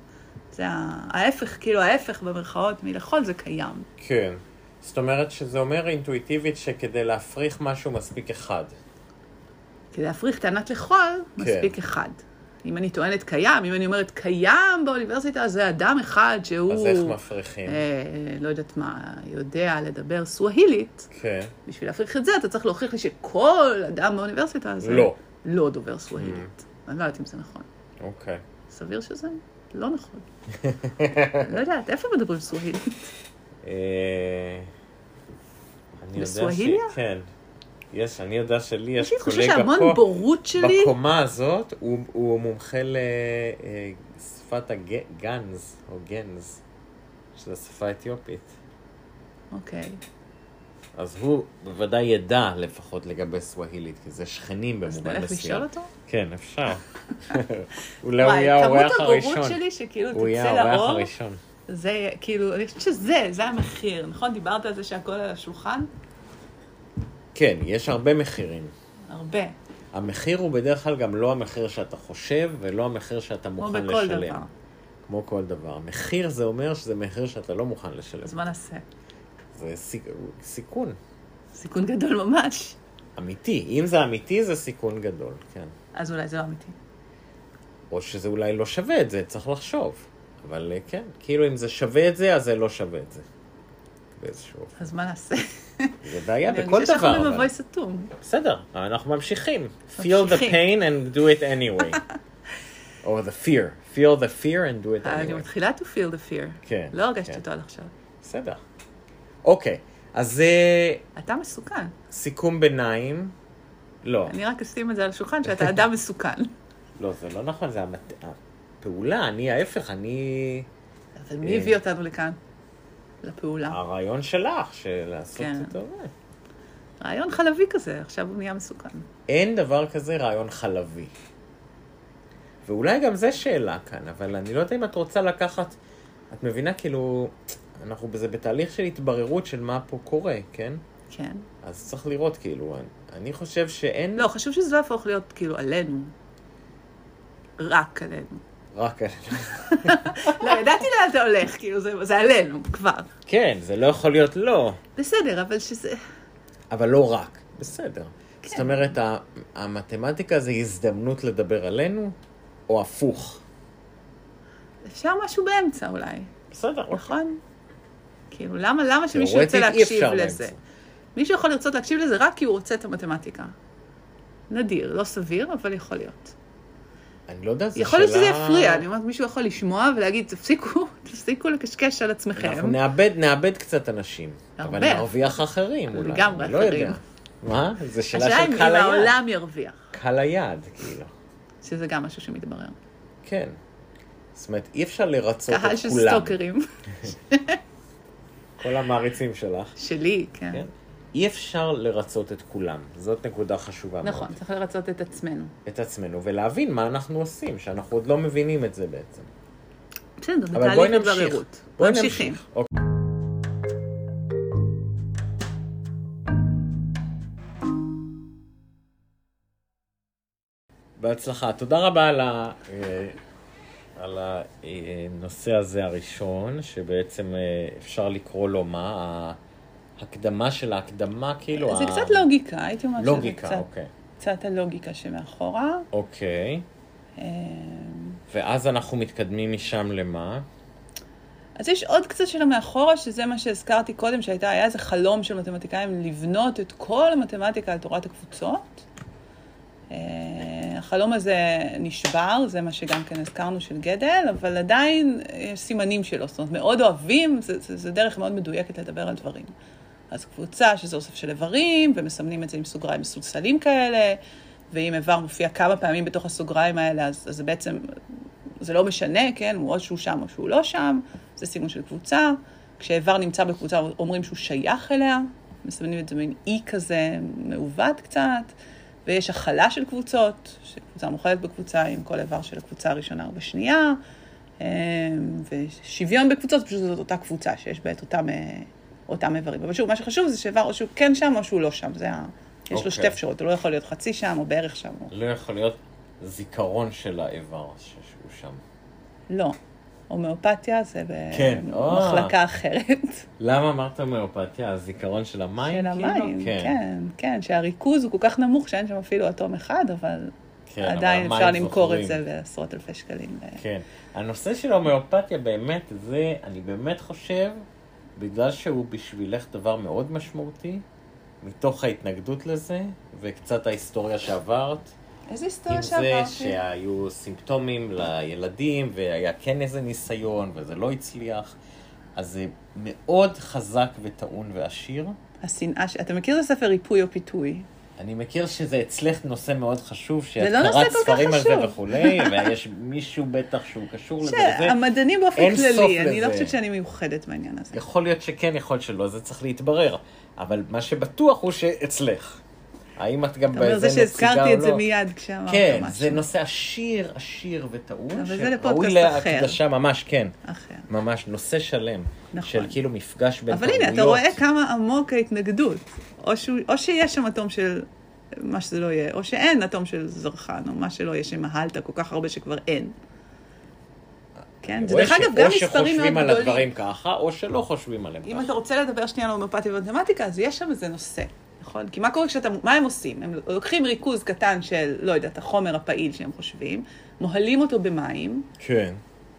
זה ה- ההפך, כאילו ההפך במרכאות מלכל זה קיים. כן. זאת אומרת שזה אומר אינטואיטיבית שכדי להפריך משהו מספיק אחד. כדי להפריך טענת לכל, כן. מספיק אחד. אם אני טוענת קיים, אם אני אומרת קיים באוניברסיטה, זה אדם אחד שהוא... אז איך מפריכים? אה, לא יודעת מה, יודע לדבר סווהילית, כן. בשביל להפריך את זה אתה צריך להוכיח לי שכל אדם באוניברסיטה הזה לא. Mm. לא דובר סווהילית. אני לא יודעת אם זה נכון. אוקיי. סביר שזה לא נכון. אני לא יודעת, איפה מדברים סווהילית? אה, אני יודע ש... בסווהיליה? כן. יש, אני יודע שלי יש אני חושב קולגה שהמון פה, בורות שלי, בקומה הזאת, הוא, הוא מומחה לשפת הגנז, או גנז, שזו שפה אתיופית. אוקיי, אז הוא בוודאי ידע לפחות לגבי סווהילית, כי זה שכנים במובן מסוים. אז נלך לשאול אותו? כן, אפשר. אולי הוא וואי, יהיה האורח כמות הבורות הראשון. שלי שכאילו הוא יהיה תצא האורח לאור, הראשון. זה כאילו, אני חושבת שזה, זה המחיר, נכון? דיברת על זה שהכל על השולחן? כן, יש הרבה מחירים. הרבה, המחיר הוא בדרך כלל גם לא המחיר שאתה חושב, ולא המחיר שאתה כמו מוכן בכל לשלם. דבר. כמו כל דבר. מחיר זה אומר שזה מחיר שאתה לא מוכן לשלם. אז מה נעשה? זה סיק- סיכון. סיכון גדול ממש. אמיתי. אם זה אמיתי, זה סיכון גדול, כן. אז אולי זה לא אמיתי. או שזה אולי לא שווה את זה, צריך לחשוב. אבל אה, כן, כאילו אם זה שווה את זה, אז זה לא שווה את זה. באיזשהו אופן. אז מה נעשה? זה בעיה אני כן, בכל מרגישה דבר. שאנחנו אבל- במבוי סתום. בסדר, אנחנו ממשיכים. Feel the ממשיכים. pain and do it anyway. או the fear. Feel the fear and do it אה, אני anyway. מתחילה to feel the fear. כן, לא הרגשתי כן. אותו עד עכשיו. בסדר. אוקיי, אז זה אתה מסוכן. סיכום ביניים. לא, אני רק אשים את זה על השולחן שאתה אדם מסוכן. לא, זה לא נכון, זה המת- הפעולה, אני ההפך, אני... אה. אבל מי הביא אותנו לכאן? לפעולה. הרעיון שלך, של לעשות כן. את זה. רעיון חלבי כזה, עכשיו הוא נהיה מסוכן. אין דבר כזה רעיון חלבי. ואולי גם זה שאלה כאן, אבל אני לא יודע אם את רוצה לקחת... את מבינה, כאילו, אנחנו בזה בתהליך של התבררות של מה פה קורה, כן? כן. אז צריך לראות, כאילו, אני, אני חושב שאין לא, חשוב שזה לא יהפוך להיות כאילו עלינו. רק עלינו. רק... לא, ידעתי לאן זה הולך, כאילו זה- זה עלינו כבר. כן, זה לא יכול להיות לא, בסדר, אבל שזה... אבל לא רק. בסדר. כן. זאת אומרת, ה- המתמטיקה זה הזדמנות לדבר עלינו, או הפוך. אפשר משהו באמצע אולי. בסדר, נכון? כאילו, למה, למה שמישהו ירצה להקשיב לזה? מישהו יכול לרצות להקשיב לזה רק כי הוא רוצה את המתמטיקה. נדיר, לא סביר, אבל יכול להיות. אני לא יודע, זו שאלה... יכול להיות שזה יפריע, אני אומרת, מישהו יכול לשמוע ולהגיד, תפסיקו, תפסיקו לקשקש על אנחנו עצמכם. נאבד, נאבד קצת אנשים. הרבה. אבל נרוויח אחרים אולי. לגמרי אני לא יודע. אחרים. מה? זו שאלה השאלה אם של אם קהל היעד. העולם ירוויח, קהל היעד, כאילו. שזה גם משהו שמתברר. כן. זאת אומרת, אי אפשר לרצות את קהל של כולם. סטוקרים. כל המעריצים שלך. שלי, כן. כן. אי אפשר לרצות את כולם. זאת נקודה חשובה מאוד. נכון, צריך לרצות את עצמנו. את עצמנו, ולהבין מה אנחנו עושים, שאנחנו עוד לא מבינים את זה בעצם. בסדר, זה אבל בואי תהליך נמשיך. התבררות. בואי ממשיכים. נמשיך. אוקיי. בהצלחה. תודה רבה על, ה, אה, על הנושא הזה הראשון, שבעצם אה, אפשר לקרוא לו מה? ה- הקדמה של ההקדמה, כאילו... זה ה- קצת לוגיקה, הייתי אומרת שזה לוגיקה, קצת, אוקיי. קצת הלוגיקה שמאחורה. אוקיי. אמ, ואז אנחנו מתקדמים משם למה? אז יש עוד קצת של המאחורה, שזה מה שהזכרתי קודם, שהייתה, היה איזה חלום של מתמטיקאים לבנות את כל המתמטיקה על תורת הקבוצות. אה, החלום הזה נשבר, זה מה שגם כן הזכרנו של גדל, אבל עדיין אה, יש סימנים שלו, זאת אומרת, מאוד אוהבים, זה, זה, זה דרך מאוד מדויקת לדבר על דברים. אז קבוצה שזה אוסף של איברים, ומסמנים את זה עם סוגריים מסולסלים כאלה, ואם איבר מופיע כמה פעמים בתוך הסוגריים האלה, אז, אז זה בעצם, זה לא משנה, כן, הוא או שהוא שם או שהוא לא שם, זה סימון של קבוצה. כשאיבר נמצא בקבוצה אומרים שהוא שייך אליה, מסמנים את זה במין אי כזה מעוות קצת, ויש הכלה של קבוצות, שקבוצה מוכלת בקבוצה עם כל איבר של הקבוצה הראשונה או בשנייה, אה, ושוויון בקבוצות, פשוט זאת אותה קבוצה שיש בה את אותם, אה, אותם איברים. אבל שוב, מה שחשוב זה שאיבר או שהוא כן שם או שהוא לא שם, זה ה... יש אוקיי. לו שתי אפשרויות, הוא לא יכול להיות חצי שם או בערך שם. או- לא יכול להיות זיכרון של האיבר ש- שהוא שם. לא. הומאופתיה זה כן, אה. במחלקה אחרת. למה אמרת הומאופתיה? הזיכרון של המים? של כאילו? המים, כן, כן, שהריכוז הוא כל כך נמוך שאין שם אפילו אטום אחד, אבל כן, אבל עדיין המים אפשר למכור זוכרים. את זה בעשרות אלפי שקלים. כן. הנושא של ההומאופתיה באמת, זה, אני באמת חושב, בגלל שהוא בשבילך דבר מאוד משמעותי, מתוך ההתנגדות לזה, וקצת ההיסטוריה שעברת, איזה עם היסטוריה זה שהיו סימפטומים לילדים, והיה כן איזה ניסיון, וזה לא הצליח, אז זה מאוד חזק וטעון ועשיר. השנאה, ש- אתה מכיר את הספר ריפוי או פיתוי? אני מכיר שזה אצלך נושה מאוד חשוב, שאת זה לא נושא קראת כל כך ספרים על זה חשוב. וכולי, ויש מישהו בטח שהוא קשור לזה וזה. שהמדענים באופן אין סוף כללי, אני לא לזה. חושבת שאני מיוחדת בעניין הזה. יכול להיות שכן, יכול להיות שלא, זה צריך להתברר. אבל מה שבטוח הוא שאצלך. האם את גם אתה אומר באיזה זה נציגה או לא? שהזכרתי את זה מיד כשאמרת משהו. כן, זה נושא עשיר, עשיר וטעון, אבל זה שראוי לפודקאסט להקדשה ממש, כן. אחר. ממש, נושא שלם. נכון. של כאילו מפגש בין אבל תרבויות. הנה, אתה רואה כמה עמוק ההתנגדות. או, שהוא, או שיש שם אטום של מה שזה לא יהיה, או שאין אטום של זרחן, או מה שלא יהיה, שמהלת כל כך הרבה שכבר אין. כן, זה רואה דרך אגב שאו גם מספרים מאוד שחושבים על גדולים. הדברים ככה, או שלא חושבים עליהם אם ככה. אתה רוצה לדבר שנייה על הומאופתיה ומתמטיקה, אז יש שם איזה נושא, נכון? כי מה קורה כשאתה, מה הם עושים? הם לוקחים ריכוז קטן של, לא יודעת, החומר הפעיל שהם חושבים, מוהלים אותו במים, כן.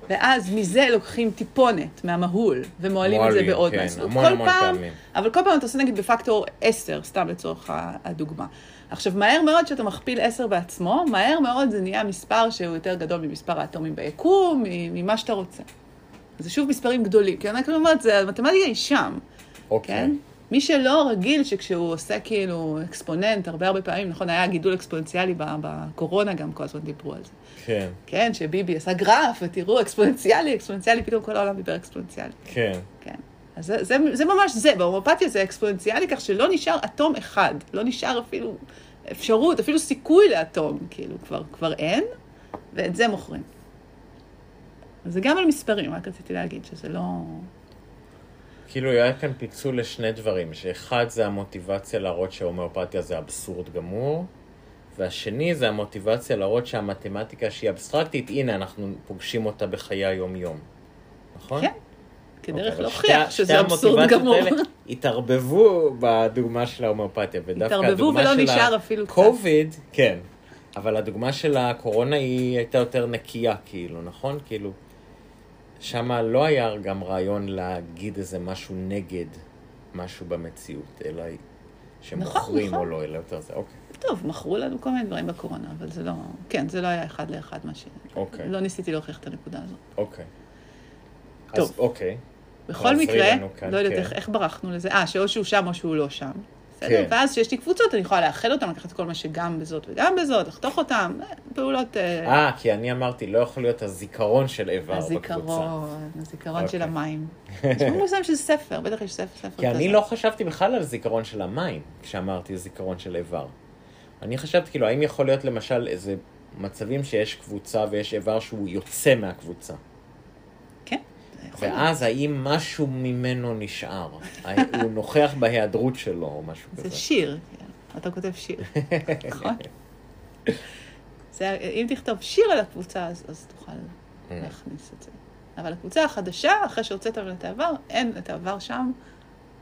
ואז מזה לוקחים טיפונת מהמהול, ומועלים את זה מועלים, בעוד כן, משהו. המון כל המון פעם, פעמים. אבל כל פעם אתה עושה נגיד בפקטור 10, סתם לצורך ה- הדוגמה. עכשיו, מהר מאוד שאתה מכפיל 10 בעצמו, מהר מאוד זה נהיה מספר שהוא יותר גדול ממספר האטומים ביקום, מ- ממה שאתה רוצה. זה שוב מספרים גדולים, כי אני כאילו אומרת, זה- המתמטיקה היא שם. אוקיי. כן? מי שלא רגיל שכשהוא עושה כאילו אקספוננט הרבה הרבה פעמים, נכון, היה גידול אקספוננציאלי ב- בקורונה גם כל הזמן דיברו על זה. כן, כן, שביבי עשה גרף, ותראו, אקספוננציאלי, אקספוננציאלי, פתאום כל העולם דיבר אקספוננציאלי, כן. כן. אז זה, זה, זה ממש זה, בהומופתיה זה אקספוננציאלי, כך שלא נשאר אטום אחד, לא נשאר אפילו אפשרות, אפילו סיכוי לאטום, כאילו, כבר, כבר אין, ואת זה מוכרים. אז זה גם על מספרים, רק רציתי להגיד שזה לא... כאילו, היה כאן פיצול לשני דברים, שאחד זה המוטיבציה להראות שההומאופתיה זה אבסורד גמור, והשני זה המוטיבציה להראות שהמתמטיקה שהיא אבסטרקטית, הנה, אנחנו פוגשים אותה בחיי היום-יום. נכון? כן, כדרך אוקיי, אבל להוכיח שתי- שזה שתי אבסורד המוטיבציות גמור. האלה התערבבו בדוגמה של ההומאופתיה, ודווקא התערבבו הדוגמה ולא של נשאר אפילו קצת. קוביד, כן. אבל הדוגמה של הקורונה היא הייתה יותר נקייה, כאילו, נכון? כאילו, שמה לא היה גם רעיון להגיד איזה משהו נגד משהו במציאות, אלא שמוכרים נכון. או לא, אלא יותר זה, אוקיי. טוב, מכרו לנו כל מיני דברים בקורונה, אבל זה לא... כן, זה לא היה אחד לאחד מה ש... אוקיי. לא ניסיתי להוכיח את הנקודה הזאת. אוקיי. אז טוב. אוקיי, בכל תעזרי מקרה, לנו כאן, לא יודעת כן. איך, איך ברחנו לזה, אה, שאו שהוא שם או שהוא לא שם. בסדר? כן. ואז כשיש לי קבוצות, אני יכולה לאחד אותם, לקחת כל מה שגם בזאת וגם בזאת, לחתוך אותם, אה, פעולות... אה, אה, כי אני אמרתי, לא יכול להיות הזיכרון של איבר בקבוצה. הזיכרון, הזיכרון של אוקיי. המים. יש מושג של ספר, בטח יש ספר ספר כי כזה. אני לא חשבתי בכלל על זיכרון של המים, כשאמרתי זיכרון של איבר. אני חשבתי, כאילו, האם יכול להיות למשל איזה מצבים שיש קבוצה ויש איבר שהוא יוצא מהקבוצה? כן, זה יכול להיות. ואז האם משהו ממנו נשאר? האם הוא נוכח בהיעדרות שלו או משהו זה כזה. שיר, כן. אתה כותב שיר, נכון? זה- אם תכתוב שיר על הקבוצה, אז אז תוכל אה. להכניס את זה. אבל הקבוצה החדשה, אחרי שהוצאת ממנה את העבר, אין את העבר שם,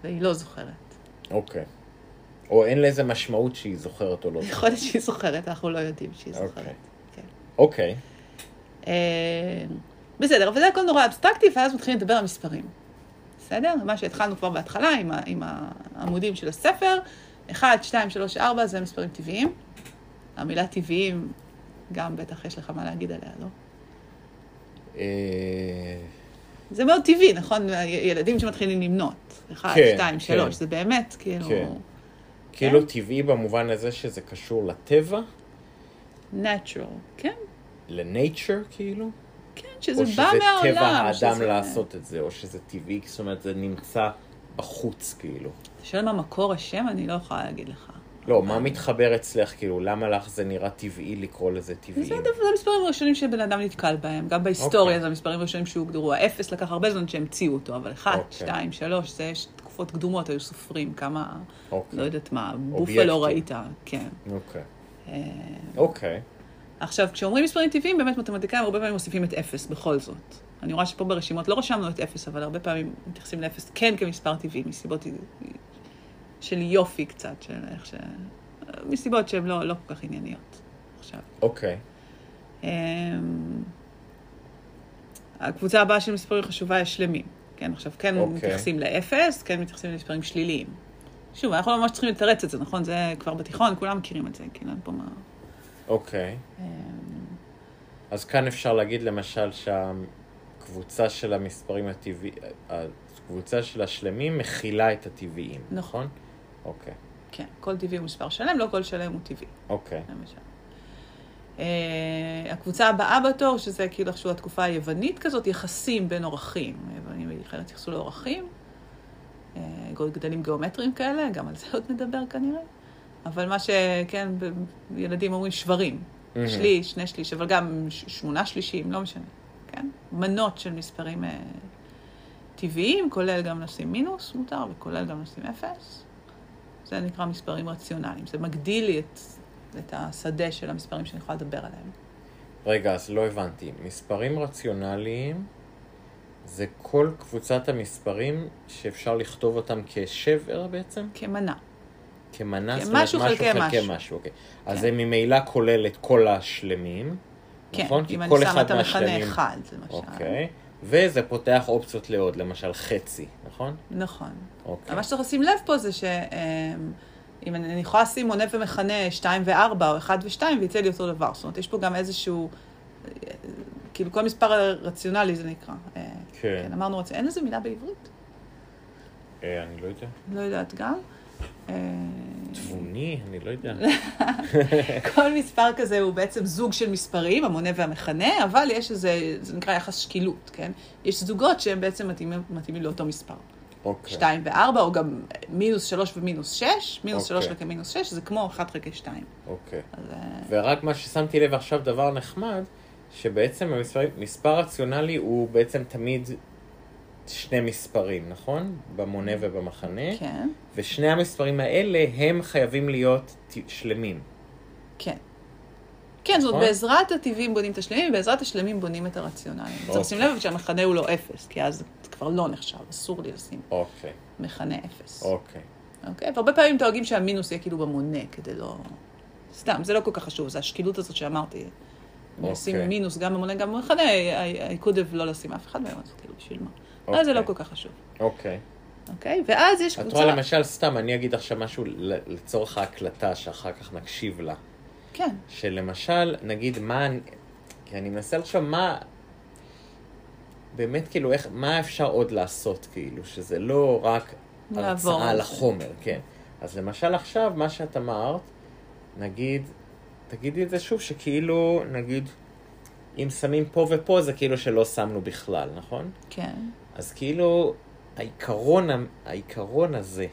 והיא לא זוכרת. אוקיי. או אין לזה משמעות שהיא זוכרת או לא. זוכרת. יכול להיות שהיא זוכרת, אנחנו לא יודעים שהיא אוקיי. זוכרת. כן. אוקיי. אה, בסדר, אבל זה הכל נורא אבסטרקטי, ואז מתחילים לדבר על מספרים. בסדר? מה שהתחלנו כבר בהתחלה עם, ה, עם העמודים של הספר, 1, 2, 3, 4 זה מספרים טבעיים. המילה טבעיים, גם בטח יש לך מה להגיד עליה, לא? אה, זה מאוד טבעי, נכון? י- ילדים שמתחילים למנות. 1, כן, 2, כן. 3, זה באמת, כאילו... כן. כן. כאילו טבעי במובן הזה שזה קשור לטבע, natural, כן? לנייצ'ר כאילו, כן, שזה או בא שזה מהעולם. טבע האדם שזה- לעשות את זה, או שזה טבעי, זאת אומרת זה נמצא בחוץ כאילו. אתה שואל מה מקור השם, אני לא יכולה להגיד לך. לא, מה מתחבר אצלך, כאילו, למה לך זה נראה טבעי לקרוא לזה זה זה טבעיים? הדבר- זה המספרים הראשונים שבן אדם נתקל בהם, גם בהיסטוריה אוקיי. זה המספרים הראשונים שהוגדרו. האפס לקח הרבה זמן שהמציאו אותו, אבל אחת, אוקיי. שתיים, שלוש, זה יש תקופות קדומות, היו סופרים כמה, לא אוקיי, יודעת מה, אובייקטים. בופלו ראית, כן. אוקיי. אה, אוקיי. עכשיו, כשאומרים מספרים טבעיים, באמת מתמטיקאים הרבה פעמים מוסיפים את אפס, בכל זאת. אני רואה שפה ברשימות לא רשמנו את אפס, אבל הרבה פעמים מתייחסים לאפס כן כמספר טבעי, מסיבות של יופי קצת, של איך ש... מסיבות שהן לא, לא כל כך ענייניות עכשיו. אוקיי. אמ, הקבוצה הבאה של מספרים חשובה היא שלמים. כן, עכשיו כן okay. אוקיי. מתייחסים לאפס, כן מתייחסים למספרים שליליים. שוב, אנחנו לא ממש צריכים לתרץ את זה, נכון? זה כבר בתיכון, כולם מכירים את זה, כאילו אין פה מה... אוקיי. אמ, אז כאן אפשר להגיד למשל שהקבוצה של המספרים הטבעיים, הקבוצה של השלמים מכילה את הטבעיים. נכון. אוקיי. כן, כל טבעי הוא מספר שלם, לא כל שלם הוא טבעי, אוקיי. למשל. אה, הקבוצה הבאה בתור, שזה כאילו איכשהו התקופה היוונית כזאת, יחסים בין אורחים. היוונים אחרת התייחסו לאורחים, אה, גדלים גיאומטריים כאלה, גם על זה עוד נדבר כנראה. אבל מה שכן, ב- ילדים אומרים שברים, מהמם. שליש, שני שליש, אבל גם ש- שמונה שלישים, לא משנה, כן? מנות של מספרים אה, טבעיים, כולל גם נושאים מינוס מותר, וכולל גם נושאים אפס. זה נקרא מספרים רציונליים. זה מגדיל לי את, את השדה של המספרים שאני יכולה לדבר עליהם. רגע, אז לא הבנתי. מספרים רציונליים זה כל קבוצת המספרים שאפשר לכתוב אותם כשבר בעצם? כמנה. כמנה, כן, זאת אומרת, משהו משהו חלקי חלקי משהו. משהו, אוקיי. אז זה ממילא כולל את כל השלמים, כן, נכון? כי אם כל אני אחד שמה את המכנה מהשלמים- אחד, למשל. אוקיי. וזה פותח אופציות לעוד, למשל חצי, נכון? נכון. אוקיי. אבל מה שצריך לשים לב פה זה שאם אני אני יכולה לשים מונה ומכנה 2 ו-4 או 1 ו-2 ויצא לי אותו דבר. זאת אומרת, יש פה גם איזשהו, אה, כאילו כל מספר רציונלי זה נקרא. אה, כן. כן, אמרנו, רצ- אין איזה מילה בעברית? אה, אני לא יודע. לא יודעת גם. אה, תבוני, אני לא יודע. כל מספר כזה הוא בעצם זוג של מספרים, המונה והמכנה, אבל יש איזה, זה נקרא יחס שקילות, כן? יש זוגות שהם בעצם מתאימים, מתאימים לאותו מספר. אוקיי. 2 ו-4, או גם מינוס 3 ומינוס 6, מינוס 3 אוקיי. וכמינוס 6, זה כמו 1 חלקי 2. אוקיי. אז אה, ורק מה ששמתי לב עכשיו, דבר נחמד, שבעצם המספר- מספר רציונלי הוא בעצם תמיד שני מספרים, נכון? במונה ובמחנה. כן, ושני המספרים האלה הם חייבים להיות ת- שלמים. כן. כן, נכון? זאת אומרת, בעזרת הטבעים בונים את השלמים, ובעזרת השלמים בונים את הרציונליים. צריך אוקיי. לשים לב שהמכנה הוא לא אפס, כי אז זה כבר לא נחשב, אסור לי לשים אוקיי, מכנה אפס. אוקיי. אוקיי? והרבה פעמים דואגים שהמינוס יהיה כאילו במונה, כדי לא... סתם, זה לא כל כך חשוב, זה השקילות הזאת שאמרתי. אם אוקיי. נשים מינוס גם במונה, גם במכנה, היקודב לא לשים אף אחד מהם, אז כאילו, בשביל מה? אז זה לא כל כך חשוב, אוקיי. אוקיי? ואז יש את קבוצה... רואה למשל, סתם, אני אגיד עכשיו משהו ל- לצורך ההקלטה, שאחר כך נקשיב לה. כן. שלמשל, נגיד, מה... אני- כי אני מנסה לחשוב מה... באמת, כאילו, איך, מה אפשר עוד לעשות, כאילו, שזה לא רק לעבור הרצאה על על זה. החומר, כן. אז למשל עכשיו, מה שאת אמרת, נגיד, תגידי את זה שוב, שכאילו, נגיד, אם שמים פה ופה, זה כאילו שלא שמנו בכלל, נכון? כן, אז כאילו, העיקרון, ה- העיקרון הזה,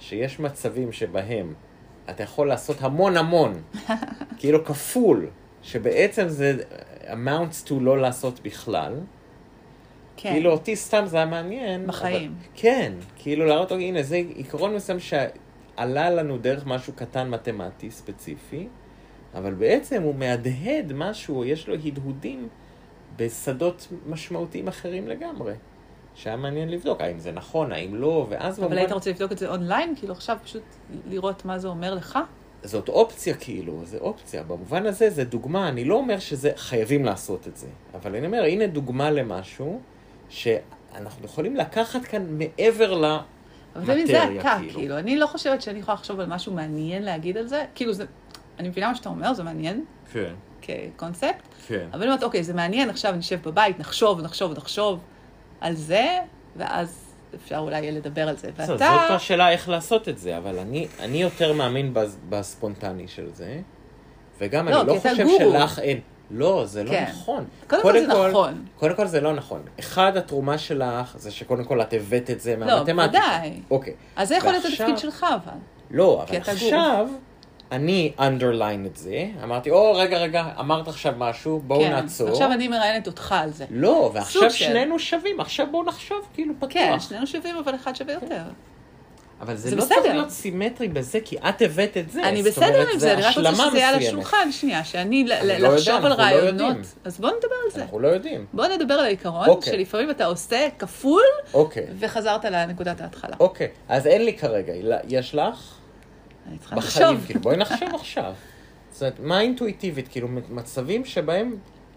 שיש מצבים שבהם אתה יכול לעשות המון המון, כאילו כפול, שבעצם זה uh, amounts to לא לעשות בכלל, כן. כן. כאילו אותי סתם זה היה מעניין. בחיים. אבל, כן, כאילו להראות, אוקיי, הנה, זה עיקרון מסוים שעלה לנו דרך משהו קטן מתמטי ספציפי, אבל בעצם הוא מהדהד משהו, יש לו הדהודים בשדות משמעותיים אחרים לגמרי. שהיה מעניין לבדוק, האם זה נכון, האם לא, ואז... אבל במובן- היית רוצה לבדוק את זה אונליין? כאילו עכשיו פשוט לראות מה זה אומר לך? זאת אופציה כאילו, זה אופציה. במובן הזה זה דוגמה, אני לא אומר שזה, חייבים לעשות את זה. אבל אני אומר, הנה דוגמה למשהו שאנחנו יכולים לקחת כאן מעבר ל... אבל אתה מבין, זה מטריה, הקה, כאילו. כאילו. אני לא חושבת שאני יכולה לחשוב על משהו מעניין להגיד על זה. כאילו, זה... אני מבינה מה שאתה אומר, זה מעניין כן, כקונספט, כן. אבל אני אומרת, אוקיי, זה מעניין, עכשיו נשב בבית, נחשוב, נחשוב, נחשוב על זה, ואז אפשר אולי יהיה לדבר על זה. בסדר, ואתה... זאת השאלה איך לעשות את זה, אבל אני, אני יותר מאמין בז, בספונטני של זה, וגם לא, אני לא כי אתה חושב גורו. שלך אין. לא, זה לא כן. נכון. קודם כל זה נכון. קודם כל זה לא נכון. אחד, התרומה שלך זה שקודם כל את הבאת את זה לא, מהמתמטיקה. בוודאי. אוקיי. אז זה יכול להיות ועכשיו- התפקיד שלך, אבל. לא, אבל כי אתה גורו. עכשיו, אני underline את זה, אמרתי, או, רגע, רגע, אמרת עכשיו משהו, בואו כן. נעצור. עכשיו אני מראיינת אותך על זה. לא, ועכשיו סוג של- שנינו שווים, עכשיו בואו נחשוב, כאילו, פתוח. כן, שנינו שווים, אבל אחד שווה יותר. אבל זה, זה לא בסדר. צריך להיות סימטרי בזה, כי את הבאת את זה. אני זאת בסדר אומרת, עם זה, אני רק רוצה השלמה שזה יהיה על מסוימת. השולחן שנייה, שאני ל- אני ל- לא יודע, לחשוב על אנחנו לא יודעים. רעיונות. אז בואו נדבר על זה. אנחנו לא יודעים. בואו נדבר על העיקרון, אוקיי. שלפעמים אתה עושה כפול, אוקיי, וחזרת לנקודת ההתחלה. אוקיי. אז אין לי כרגע, הילה, יש לך? אני צריכה בחיים, לחשוב. כאילו, בואי נחשוב עכשיו. זאת אומרת, מה אינטואיטיבית? כאילו, מצבים שבהם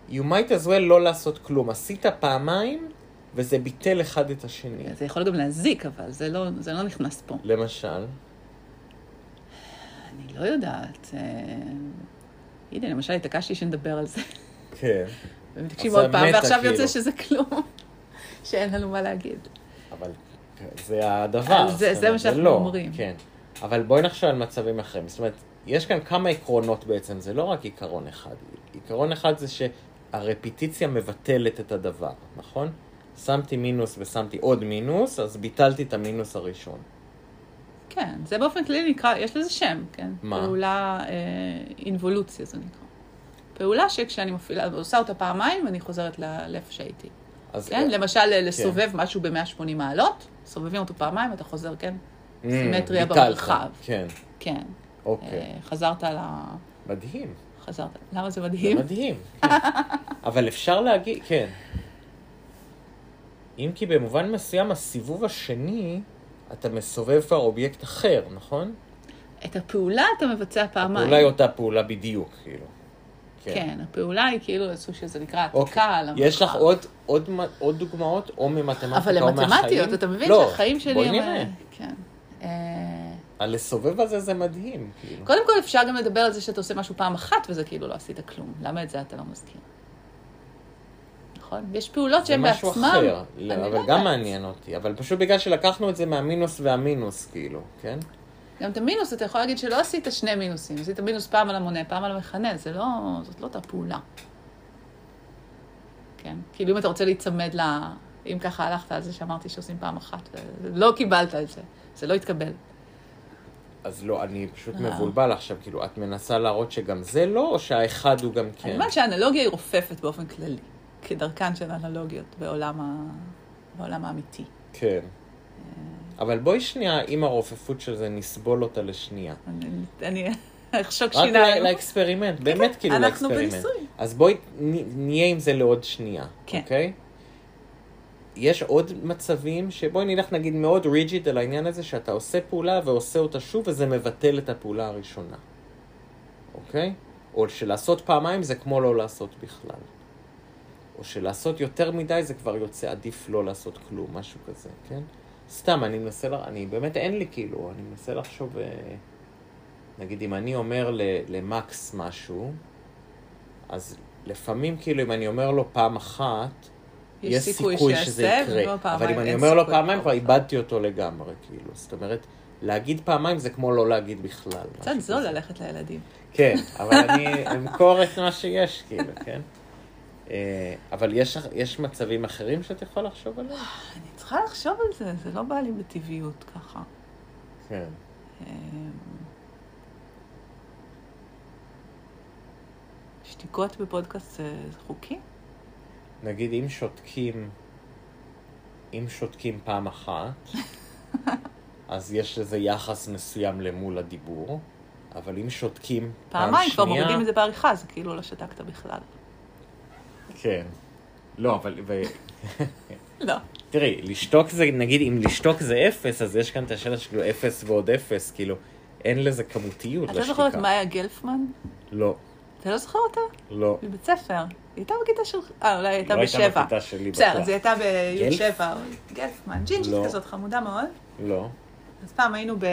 you might as well לא לעשות כלום. עשית פעמיים, וזה ביטל אחד את השני. זה יכול גם להזיק, אבל זה לא- זה לא נכנס פה. למשל, אני לא יודעת. אה, הנה, למשל התעקשתי שנדבר על זה. כן, ומתעקשים אז זה עוד פעם, מטה, ועכשיו כאילו. יוצא שזה כלום. שאין לנו מה להגיד. אבל זה הדבר. אז זה- זאת זה אומרת, מה שאנחנו לא, אומרים. כן, אבל בואי נחשוב על מצבים אחרים. זאת אומרת, יש כאן כמה עקרונות בעצם, זה לא רק עיקרון אחד. עיקרון אחד זה שהרפיטיציה מבטלת את הדבר, נכון? שמתי מינוס ושמתי עוד מינוס, אז ביטלתי את המינוס הראשון. כן, זה באופן כללי נקרא, יש לזה שם, כן? מה? פעולה אה, אינבולוציה זה נקרא. פעולה שכשאני מפעילה, עושה אותה פעמיים, אני חוזרת ל- לאיפה שהייתי. אז אה, כן? למשל, לסובב משהו ב-180 מעלות, סובבים אותו פעמיים, אתה חוזר, כן? Mm, סימטריה ביטלת. במרחב. כן, כן. אוקיי. אה, חזרת ל... מדהים, חזרת. למה זה זה מדהים? מדהים. כן. אבל אפשר להגיד, כן. אם כי במובן מסוים, הסיבוב השני, אתה מסובב כבר אובייקט אחר, נכון? את הפעולה אתה מבצע פעמיים. אולי אותה פעולה בדיוק, כאילו. כן, הפעולה היא כאילו איזו שזה נקרא אוקיי. העתקה על המרחב. יש לך עוד, עוד, מ- עוד דוגמאות, או ממתמטיקה אבל או מהחיים? למתמטיות, אתה מבין לא, שהחיים שלי... בואי הם, נראה. אה, כן. אה, הלסובב הזה זה מדהים, כאילו. קודם כל אפשר גם לדבר על זה שאתה עושה משהו פעם אחת וזה כאילו לא עשית כלום. למה את זה אתה לא מזכיר? נכון? יש פעולות זה שהן בעצמם. משהו אחר, לא, אני אבל לא גם יודעת. מעניין אותי. אבל פשוט בגלל שלקחנו את זה מהמינוס והמינוס, כאילו, כן? גם את המינוס, אתה יכול להגיד שלא עשית שני מינוסים. עשית מינוס פעם על המונה, פעם על המכנה. זה לא, זאת לא אותה פעולה. כן? כאילו אם אתה רוצה להיצמד ל... אם ככה הלכת על זה שאמרתי שעושים פעם אחת, ולא קיבלת את זה. זה לא כן. התקבל. אז לא, אני פשוט אה. מבולבל עכשיו, כאילו, את מנסה להראות שגם זה לא, או שהאחד הוא גם אני כן? אומרת שהאנלוגיה היא רופפת באופן כללי, כדרכן של אנלוגיות בעולם, ה... בעולם האמיתי. כן. אבל בואי שנייה, עם הרופפות של זה, נסבול אותה לשנייה. אני- אני אחשוק רק ל- שיניים. לאקספרימנט, באמת כאילו אוקיי, אנחנו לאקספרימנט. בניסוי. אז בואי נ- נהיה עם זה לעוד שנייה, כן. אוקיי? יש עוד מצבים שבואי נלך נגיד מאוד ריג'יד על העניין הזה שאתה עושה פעולה ועושה אותה שוב וזה מבטל את הפעולה הראשונה, אוקיי? או שלעשות פעמיים זה כמו לא לעשות בכלל. או שלעשות יותר מדי זה כבר יוצא עדיף לא לעשות כלום, משהו כזה, כן? סתם, אני מנסה, לה... אני באמת אין לי כאילו, אני מנסה לחשוב, אה, נגיד אם אני אומר ל... למקס משהו, אז לפעמים כאילו אם אני אומר לו פעם אחת, יש יש סיכוי סיכוי שיעשה, שזה ואם לא יקרה. אבל פעמיים, אם אני אין אומר לו סיכוי פעמיים, כבר. כבר איבדתי אותו לגמרי, כאילו. זאת אומרת, להגיד פעמיים זה כמו לא להגיד בכלל. קצת משהו זול כזה. ללכת לילדים. כן, אבל אני אמכור את מה שיש, כאילו, כן? אה, אבל יש, יש מצבים אחרים שאת יכולה לחשוב עליהם? אני צריכה לחשוב על זה, זה לא בא לי בטבעיות ככה. כן. אמ, שתיקות בפודקאסט זה זה חוקי? נגיד אם שותקים, אם שותקים פעם אחת, אז יש לזה יחס מסוים למול הדיבור, אבל אם שותקים פעם שנייה... פעמיים כבר מורידים את זה בעריכה, זה כאילו לא שתקת בכלל. כן. לא, אבל... ו... לא. תראי, לשתוק זה, נגיד, אם לשתוק זה אפס, אז יש כאן את השאלה שכאילו אפס ועוד אפס, כאילו, אין לזה כמותיות את לשתיקה. לא זוכרת מאיה גלפמן? לא, אתה לא זוכר אותה? לא. מבית ספר. היא הייתה בכיתה של... אה, אולי היא הייתה לא הייתה בשבע. בכיתה שלי, בסדר, בטוח. אז היא הייתה בי"ב גלף? שבע. גלפמן, ג'ינג'ית לא. כזאת חמודה מאוד. לא. אז פעם היינו ב...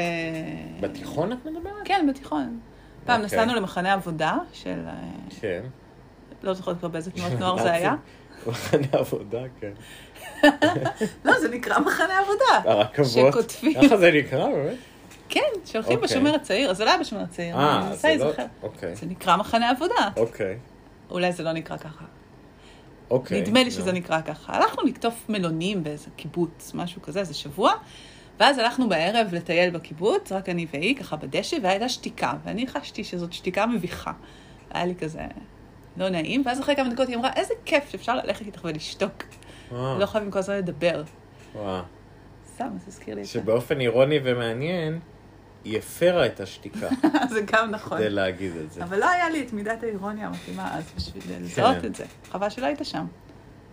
בתיכון את מדברת? כן, בתיכון. פעם אוקיי. נסענו למחנה עבודה של... אה, כן. לא זוכרת כבר באיזה תנועת נוער זה היה. מחנה עבודה, כן. לא, זה נקרא מחנה אה. עבודה. הרכבות. שקוטפים. ככה זה נקרא, באמת? כן, שהולכים אוקיי. בשומר הצעיר, אז זה לא היה בשומר הצעיר. אני אה, מנסה זה לא... להיזכר. אוקיי. זה לא- נקרא מחנה עבודה. אוקיי. אולי זה לא נקרא ככה. אוקיי. נדמה לי נו. שזה נקרא ככה. הלכנו לקטוף מלונים באיזה קיבוץ, משהו כזה, איזה שבוע, ואז הלכנו בערב לטייל בקיבוץ, רק אני והיא, ככה בדשא, והייתה שתיקה, ואני חשתי שזאת שתיקה מביכה. היה לי כזה לא נעים, ואז אחרי כמה דקות היא אמרה, איזה כיף שאפשר ללכת איתך ולשתוק. אה, לא חייבים כל הזמן לדבר. וואו. סתם, זה הזכיר לי את זה. שבאופן אירוני ומעניין, היא הפרה את השתיקה זה גם נכון. כדי להגיד את זה. אבל לא היה לי את מידת האירוניה המתאימה אז כן. בשביל לזהות את זה. חבל שלא היית שם.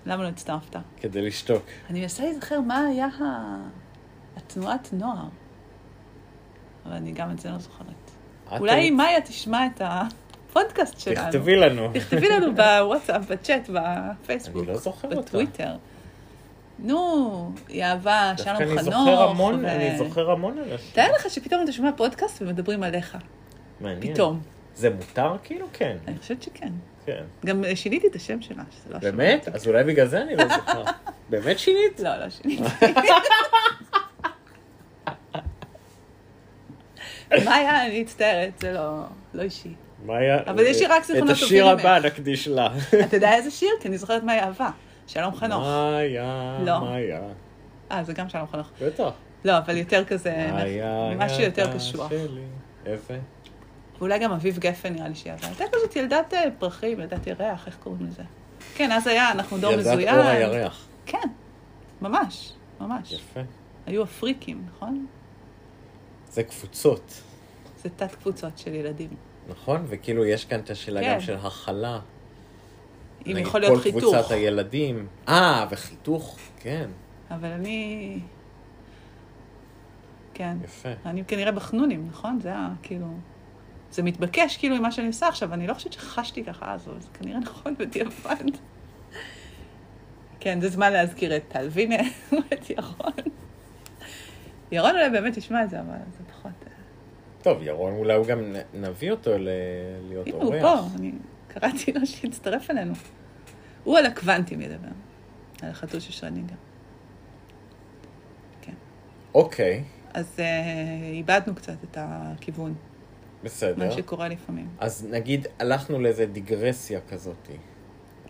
למה לא הצטרפת? כדי לשתוק. אני מנסה להיזכר מה היה ה- התנועת נוער. אבל אני גם את זה לא זוכרת. את אולי היית- מאיה תשמע את הפודקאסט שלנו. תכתבי לנו. תכתבי לנו בוואטסאפ, בצ'אט, בפייסבוק. אני לא זוכר אותה. בטוויטר. נו, היא אהבה, שלום דווקא חנוך. אני זוכר המון, ו- אני זוכר המון אנשים. תאר לך שפתאום אתה שומע פודקאסט ומדברים עליך. מעניין. פתאום. זה מותר כאילו? כן. אני חושבת שכן. כן. גם אה, שיניתי את השם שלה, שזה לא השם. באמת? אז אולי בגלל זה אני לא זוכר. באמת שינית? לא, לא שיניתי. מה היה? אני מצטערת, זה לא, לא אישי. מאיה... אבל יש לי רק זיכרונות את השיר טובים הבא ממך. נקדיש לה. אתה יודע איזה שיר? כי אני זוכרת מה היא אהבה. שלום חנוך. מאיה, לא. מאיה. אה, זה גם שלום חנוך. בטח. לא, אבל יותר כזה, מאיה, משהו יותר ילדה קשוח. שלי. יפה. ואולי גם אביב גפן נראה לי שהיא אהבה. הייתה כזאת ילדת אה, פרחים, ילדת ירח, איך קוראים לזה? כן, אז היה, אנחנו דור ילדת מזוין. אור הירח. כן, ממש, ממש. יפה. היו אפריקים, נכון? זה קבוצות, זה תת קבוצות של ילדים. נכון? וכאילו יש כאן את השאלה כן. גם של הכלה. אם נגיד, יכול להיות כל חיתוך. קבוצת הילדים. אה, וחיתוך, כן, אבל אני... כן. יפה. אני כנראה בחנונים, נכון? זה היה כאילו... זה מתבקש כאילו עם מה שאני עושה עכשיו, אני לא חושבת שחשתי ככה אז, אבל זה כנראה נכון בדיעבד. כן, זה זמן להזכיר את טל וינר ואת ירון. ירון אולי באמת ישמע את זה, אבל זה פחות... אה, טוב, ירון, אולי הוא גם נ- נביא אותו ל- להיות הנה, אורח. הוא פה, אני קראתי לו שיצטרף אלינו. הוא על הקוונטים ידבר, על החתול של שרנינגר. אוקיי, אז אה, איבדנו קצת את הכיוון, בסדר. מה שקורה לפעמים. אז נגיד הלכנו לאיזה דיגרסיה כזאת,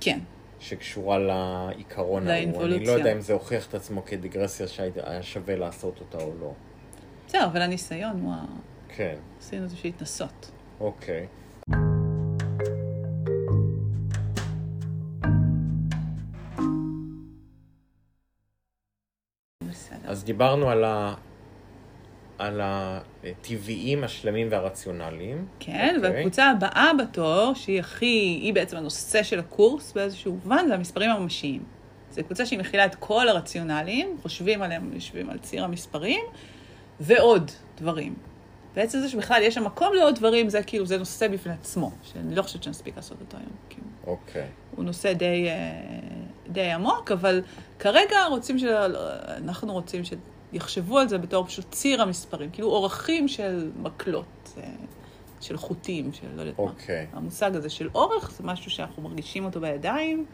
כן, שקשורה לעיקרון ההוא. אני לא לאינבולוציה. יודע אם זה הוכיח את עצמו כדיגרסיה שהיה שווה לעשות אותה או לא. בסדר, אבל הניסיון הוא ה... כן, עשינו איזושהי התנסות. אוקיי. בסדר. אז דיברנו על ה... על הטבעיים, השלמים והרציונליים. כן, אוקיי. והקבוצה הבאה בתור, שהיא הכי, היא בעצם הנושא של הקורס באיזשהו מובן, זה המספרים הממשיים. זו קבוצה שהיא מכילה את כל הרציונלים, חושבים עליהם, יושבים על ציר המספרים, ועוד דברים. בעצם זה שבכלל יש שם מקום לעוד דברים, זה כאילו, זה נושא בפני עצמו, שאני לא חושבת שנספיק לעשות אותו היום. כאילו. אוקיי. הוא נושא די, אה, די עמוק, אבל כרגע רוצים ש... אנחנו רוצים שיחשבו על זה בתור פשוט ציר המספרים, כאילו אורכים של מקלות, אה, של חוטים, של לא יודעת מה. אוקיי. המושג הזה של אורך זה משהו שאנחנו מרגישים אותו בידיים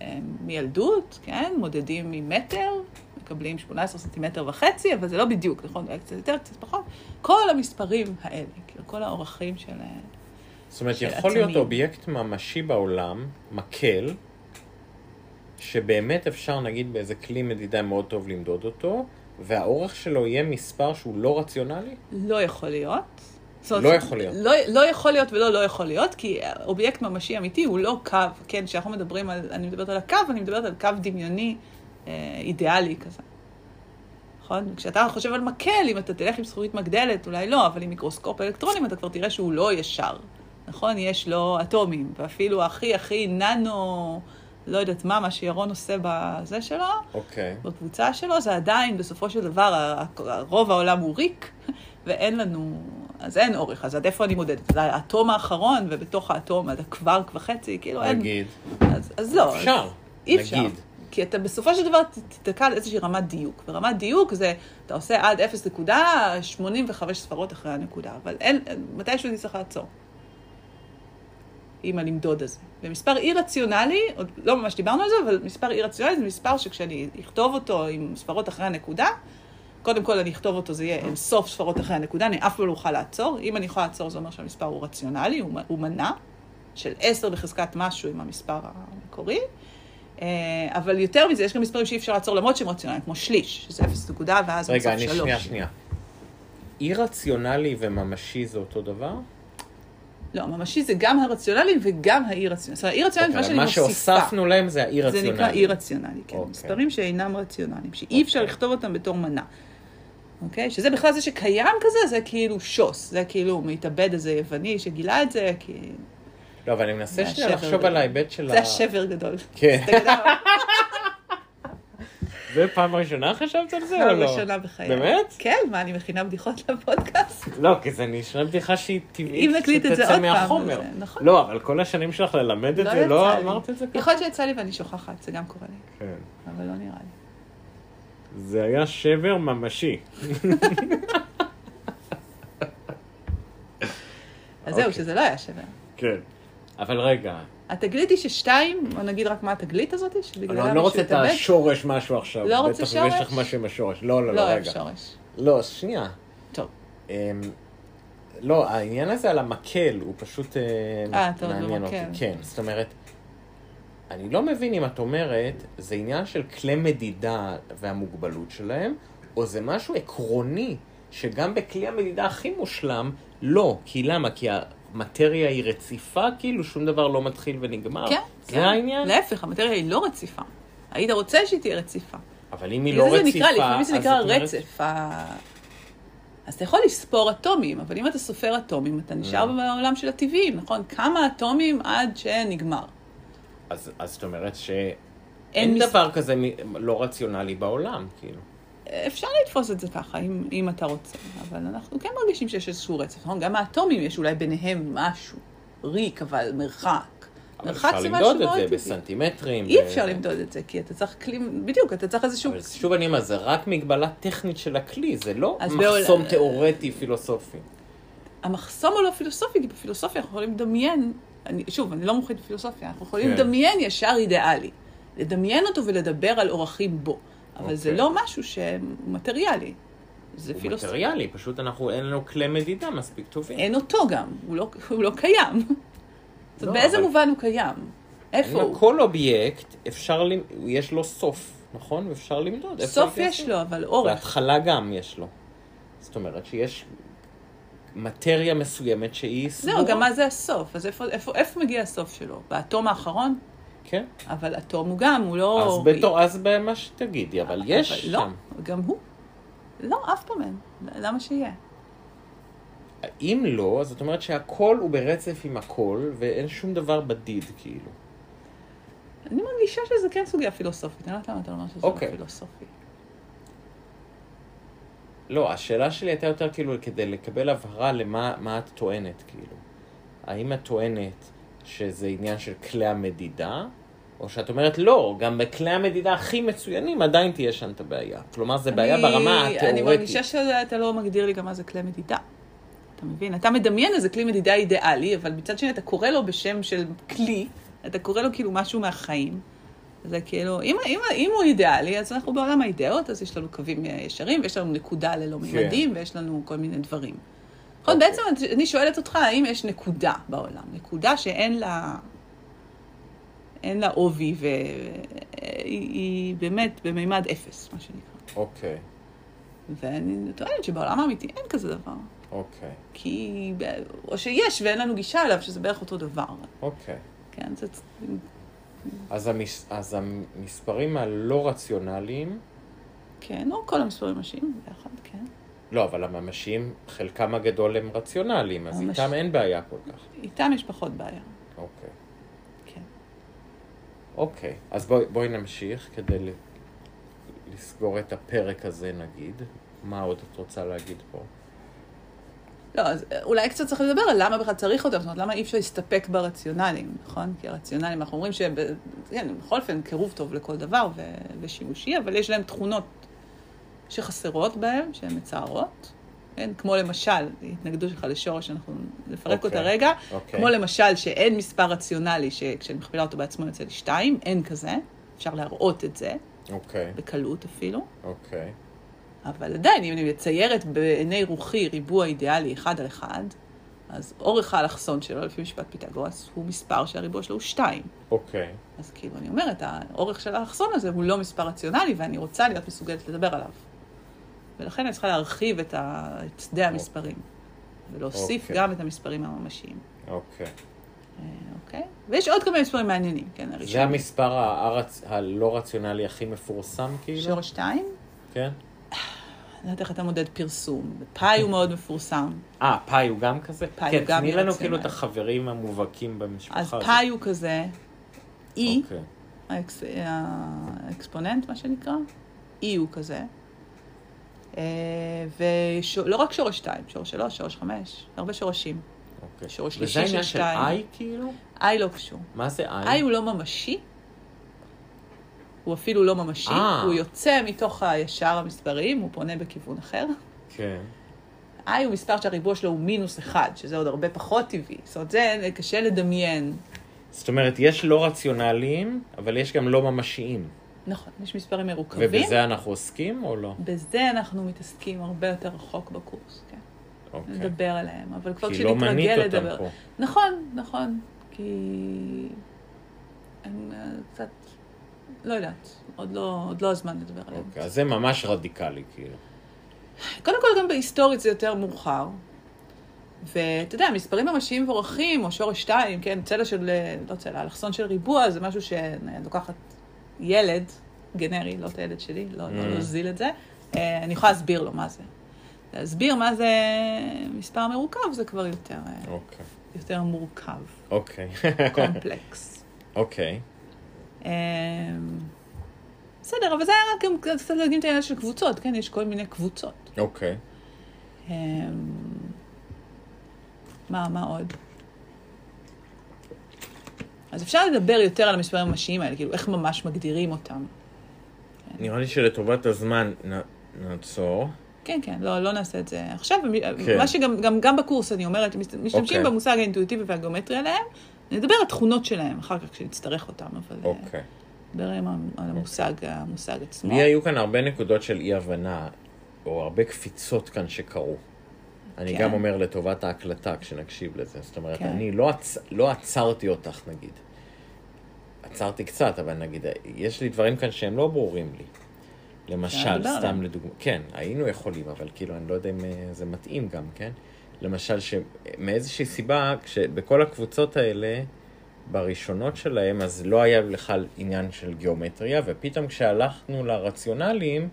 אה, מילדות, כן? מודדים ממטר, מקבלים 18 סנטימטר וחצי, אבל זה לא בדיוק, נכון? היה קצת יותר, קצת פחות. כל המספרים האלה, כאילו כל האורכים של... אה, זאת אומרת, של יכול להיות עצמים. אובייקט ממשי בעולם, מקל, שבאמת אפשר, נגיד, באיזה כלי מדידה מאוד טוב למדוד אותו, והאורך שלו יהיה מספר שהוא לא רציונלי? לא יכול להיות. זאת אומרת, לא יכול להיות. לא, לא יכול להיות ולא לא יכול להיות, כי אובייקט ממשי אמיתי הוא לא קו, כן, כשאנחנו מדברים על, אני מדברת על הקו, אני מדברת על קו דמיוני אה, אידיאלי כזה. נכון? כשאתה חושב על מקל, אם אתה תלך עם זכוכית מגדלת, אולי לא, אבל עם מיקרוסקופ אלקטרונים אתה כבר תראה שהוא לא ישר. נכון? יש לו אטומים, ואפילו הכי הכי ננו לא יודעת מה, מה שירון עושה בזה שלו, אוקיי. בקבוצה שלו, זה עדיין, בסופו של דבר, ה- ה- רוב העולם הוא ריק, ואין לנו... אז אין אורך, אז עד איפה אני מודדת? זה האטום האחרון, ובתוך האטום עד הקווארק וחצי, כאילו אין... נגיד. אז, אז לא. אפשר. אי אפשר. נגיד. כי אתה בסופו של דבר ת- תיתקע על איזושהי רמת דיוק. ורמת דיוק זה, אתה עושה עד 0.85 ספרות אחרי הנקודה, אבל אין, מתישהו תצטרך לעצור. עם הנמדוד הזה. ומספר אי רציונלי, עוד לא ממש דיברנו על זה, אבל מספר אי רציונלי זה מספר שכשאני אכתוב אותו עם ספרות אחרי הנקודה, קודם כל אני אכתוב אותו, זה יהיה אין סוף ספרות אחרי הנקודה, אני אף פעם לא אוכל לעצור. אם אני יכולה לעצור, זה אומר שהמספר הוא רציונלי, הוא, מ- הוא מנע, של 10 בחזקת משהו עם המספר המקורי. אה, אבל יותר מזה, יש גם מספרים שאי אפשר לעצור למרות שהם רציונליים, כמו שליש, שזה 0 נקודה, ואז רגע, בסוף אני שלוש. שנייה, שנייה. אי רציונלי וממשי זה אותו דבר? כן, לא, ממשי זה גם הרציונלי וגם האי רציונלי. זאת אומרת, האי רציונלי זה אוקיי, מה שאני מה מוסיפה. שהוספנו להם זה האי רציונלי. זה נקרא אי רציונלי, כן. אוקיי. מספרים שאינם רציונליים, שאי אוקיי. אפשר לכתוב אותם בתור מנה. אוקיי? שזה בכלל זה שקיים כזה, זה כאילו שוס. זה כאילו מתאבד איזה יווני שגילה את זה, כי... לא, אבל אני מנסה זה שנייה השבר לחשוב גדול. על ההיבט של זה לא השבר גדול. כן. אתה יודע מה? זה פעם ראשונה חשבת על זה או לא? פעם ראשונה בחיי. באמת? כן, מה, אני מכינה בדיחות לפודקאסט? לא, כי זה נשמע בדיחה שהיא טבעית, אם נקליט את זה שתצא עוד פעם, מהחומר. זה- נכון. לא, אבל כל השנים שלך ללמד את לא זה, יצא לא לי. אמרת את זה ככה? יכול להיות שיצא לי ואני שוכחת, זה גם קורה לי, כן. אבל לא נראה לי. זה היה שבר ממשי. אז זהו, אוקיי. שזה לא היה שבר. כן. אבל רגע, התגלית היא ששתיים, או נגיד רק מה התגלית הזאת, אבל שבגללה אני לא מישהו רוצה את התאבד? השורש משהו עכשיו. לא רוצה בטח שורש? יש לך משהו עם השורש. לא, לא, לא לא, אוהב רגע. שורש. לא, שנייה. טוב. אמ, לא, העניין הזה על המקל הוא פשוט אמ, אה, אתה עוד מעניין אותי. במקל. כן, זאת אומרת, אני לא מבין אם את אומרת, זה עניין של כלי מדידה והמוגבלות שלהם, או זה משהו עקרוני, שגם בכלי המדידה הכי מושלם, לא. כי למה? כי המטריה היא רציפה, כאילו שום דבר לא מתחיל ונגמר. כן, זה כן. העניין? להפך, המטריה היא לא רציפה. היית רוצה שהיא תהיה רציפה. אבל אם היא בגלל לא זה רציפה, זה נקרא, לפעמים אז זה נקרא את אומרת- רצף. ה- אז אתה יכול לספור אטומים, אבל אם אתה סופר אטומים, אתה נשאר לא. בעולם של הטבעיים, נכון? כמה אטומים עד שנגמר. אז אז זאת אומרת שאין מס- דבר כזה מ- לא רציונלי בעולם, כאילו. אפשר לתפוס את זה ככה, אם, אם אתה רוצה, אבל אנחנו כן מרגישים שיש איזשהו רצף, נכון? גם האטומים יש אולי ביניהם משהו, ריק, אבל מרחק. אבל מרחק אפשר זה למדוד משהו את מאוד זה טבעי. בסנטימטרים. אי ב- אפשר למדוד את זה, כי אתה צריך כלי, בדיוק, אתה צריך איזשהו... אבל שוב אני אומר, זה רק מגבלה טכנית של הכלי, זה לא אז מחסום בעולם- תיאורטי פילוסופי. המחסום הוא לא פילוסופי, כי בפילוסופיה אנחנו יכולים לדמיין, אני, שוב, אני לא מומחית בפילוסופיה, אנחנו יכולים כן. לדמיין ישר אידיאלי. לדמיין אותו ולדבר על אורחים בו. אבל זה אוקיי. לא משהו שמטריאלי. זה הוא פילוסופיה. מטריאלי, פשוט אנחנו, אין לנו כלי מדידה מספיק טובים. אין אותו גם, הוא לא, הוא לא קיים. זאת לא, אומרת, באיזה אבל- מובן הוא קיים? אין איפה לו- הוא? כל אובייקט, אפשר, למ- יש לו סוף, נכון? ואפשר למדוד. איפה סוף זה יש יושב? לו, אבל אורך. בהתחלה גם יש לו. זאת אומרת שיש מטריה מסוימת שהיא סגורה. זהו, גם מה זה הסוף? אז איפה, איפה, איפה מגיע הסוף שלו? באטום האחרון? כן. אבל אטום הוא גם, הוא לא... אז בתור, אז במה שתגידי, אבל יש אבל שם. לא, גם הוא. לא, אף פעם אין. למה שיהיה? אם לא, אז זאת אומרת שהכל הוא ברצף עם הכל, ואין שום דבר בדיד, כאילו. אני מרגישה שזה כן סוגיה פילוסופית, אני לא יודעת למה אתה אומר שזה לא אוקיי. פילוסופי. לא, השאלה שלי הייתה יותר כאילו כדי לקבל הבהרה למה מה את טוענת, כאילו. האם את טוענת שזה עניין של כלי המדידה, או שאת אומרת לא, גם בכלי המדידה הכי מצוינים עדיין תהיה שם את הבעיה. כלומר, זה בעיה אני- ברמה אני התיאורטית. מרגישה שאתה לא מגדיר לי גם מה זה כלי מדידה. אתה מבין? אתה מדמיין איזה כלי מדידה אידיאלי, אבל מצד שני אתה קורא לו בשם של כלי, אתה קורא לו כאילו משהו מהחיים. זה כאילו, אם, אם, אם הוא אידיאלי, אז אנחנו בעולם האידאות, אז יש לנו קווים אה, ישרים, ויש לנו נקודה ללא מימדים, ויש לנו כל מיני דברים. נכון, כן. אוקיי. בעצם אני שואלת אותך, האם יש נקודה בעולם? נקודה שאין לה... אין לה עובי, והיא היא באמת במימד אפס, מה שנקרא. אוקיי, ואני טוענת שבעולם האמיתי אין כזה דבר. אוקיי, כי... או שיש ואין לנו גישה אליו, שזה בערך אותו דבר. אוקיי. כן, זה... אז, המס... אז המספרים הלא רציונליים, כן, או כל המספרים השניים ביחד, כן. לא, אבל הממשיים, חלקם הגדול הם רציונליים, אז ממש. איתם אין בעיה כל כך. איתם יש פחות בעיה, אוקיי. כן. אוקיי, אז בואי, בואי נמשיך כדי ל- לסגור את הפרק הזה נגיד. מה עוד את רוצה להגיד פה? לא, אז אולי קצת צריך לדבר על למה בכלל צריך אותם, זאת אומרת, למה אי אפשר להסתפק ברציונלים, נכון? כי הרציונלים, אנחנו אומרים שהם, כן, בכל אופן, קירוב טוב לכל דבר ו- ושימושי, אבל יש להם תכונות שחסרות בהם, שהן מצערות, כן? כמו למשל, התנגדות שלך לשורש, אנחנו נפרק אותה אוקיי, רגע, אוקיי. כמו למשל שאין מספר רציונלי שכשאני מכפילה אותו בעצמו יוצא לי שתיים, אין כזה, אפשר להראות את זה, אוקיי, בקלות אפילו. אוקיי. אבל עדיין, אם אני מציירת בעיני רוחי ריבוע אידיאלי אחד על אחד, אז אורך האלכסון שלו, לפי משפט פיתגורס, הוא מספר שהריבוע שלו הוא שתיים. אוקיי, אז כאילו, אני אומרת, האורך של האלכסון הזה הוא לא מספר רציונלי, ואני רוצה להיות מסוגלת לדבר עליו. ולכן אני צריכה להרחיב את, ה... את שדה המספרים, ולהוסיף אוקיי. גם את המספרים הממשיים, אוקיי. אה, אוקיי? ויש עוד כמה מספרים מעניינים, כן, הראשון. זה המספר הרצ... הלא רציונלי הכי מפורסם כאילו? שורש שתיים? כן. אני לא יודעת איך אתה מודד פרסום. פאי הוא מאוד מפורסם. אה, פאי הוא גם כזה? פאי כן, הוא גם תני לנו מרציונלי. כאילו את החברים המובהקים במשפחה. אז הזאת. פאי הוא כזה, אי, נכון, אוקיי. האקס- האקספוננט, מה שנקרא, אי הוא כזה. ולא רק שורש 2, שורש 3, שורש 5, הרבה שורשים. אוקיי. שורש וזה שלישי של עניין של שתיים. איי כאילו? איי לא קשור. מה זה איי איי? הוא לא ממשי, הוא אפילו לא ממשי, אה. הוא יוצא מתוך הישר המספרים, הוא פונה בכיוון אחר. כן. איי הוא מספר שהריבוע שלו הוא מינוס 1, שזה עוד הרבה פחות טבעי. זאת אומרת, זה קשה לדמיין. זאת אומרת, יש לא רציונליים, אבל יש גם לא ממשיים. נכון, יש מספרים מרוכבים. ובזה אנחנו עוסקים או לא? בזה אנחנו מתעסקים הרבה יותר רחוק בקורס, כן. אוקיי. נדבר עליהם, אבל כבר כי לא מנית כשנתרגל אותם לדבר... פה. נכון, נכון, כי... הם אה, קצת... לא יודעת, עוד לא, עוד לא הזמן לדבר עליהם. אוקיי, אז זה ממש רדיקלי כאילו. קודם כל, גם בהיסטורית זה יותר מאוחר. ואתה יודע, מספרים ממשיים מבורכים, או שורש שתיים, כן, צלע של, אה, לא צלע, אלכסון של ריבוע, זה משהו שאני לוקחת ילד, גנרי, לא את הילד שלי, לא Mm. לא להוזיל את זה, אה, אני יכולה להסביר לו מה זה. להסביר מה זה מספר מרוכב, זה כבר יותר, אה, אוקיי. יותר מורכב, אוקיי. קומפלקס. אוקיי. אמ, בסדר, אבל זה היה רק גם קצת להדגים את העניין של קבוצות, כן? יש כל מיני קבוצות. אוקיי. אמ, מה, מה עוד? אז אפשר לדבר יותר על המספרים הממשיים האלה, כאילו, איך ממש מגדירים אותם. נראה לי שלטובת הזמן נ- נעצור. כן, כן, לא, לא נעשה את זה עכשיו. כן. כן. מה שגם גם, גם בקורס אני אומרת, מש- משתמשים אוקיי. okay. במושג האינטואיטיבי והגיאומטרי עליהם, נדבר על תכונות שלהם אחר כך כשנצטרך אותם, אבל אה, אוקיי. נדבר עם ה- על המושג, המושג עצמו. לי היו כאן הרבה נקודות של אי-הבנה, או הרבה קפיצות כאן שקרו. אני כן. גם אומר לטובת ההקלטה כשנקשיב לזה. זאת אומרת, כן. אני לא עצ- לא עצרתי אותך, נגיד. עצרתי קצת, אבל נגיד, יש לי דברים כאן שהם לא ברורים לי. למשל, לדבר סתם עליהם. לדוגמה, כן, היינו יכולים, אבל כאילו, אני לא יודע אם אה, זה מתאים גם, כן? למשל, שמאיזושהי סיבה, כשבכל הקבוצות האלה, בראשונות שלהם, אז לא היה בכלל עניין של גיאומטריה, ופתאום כשהלכנו לרציונליים,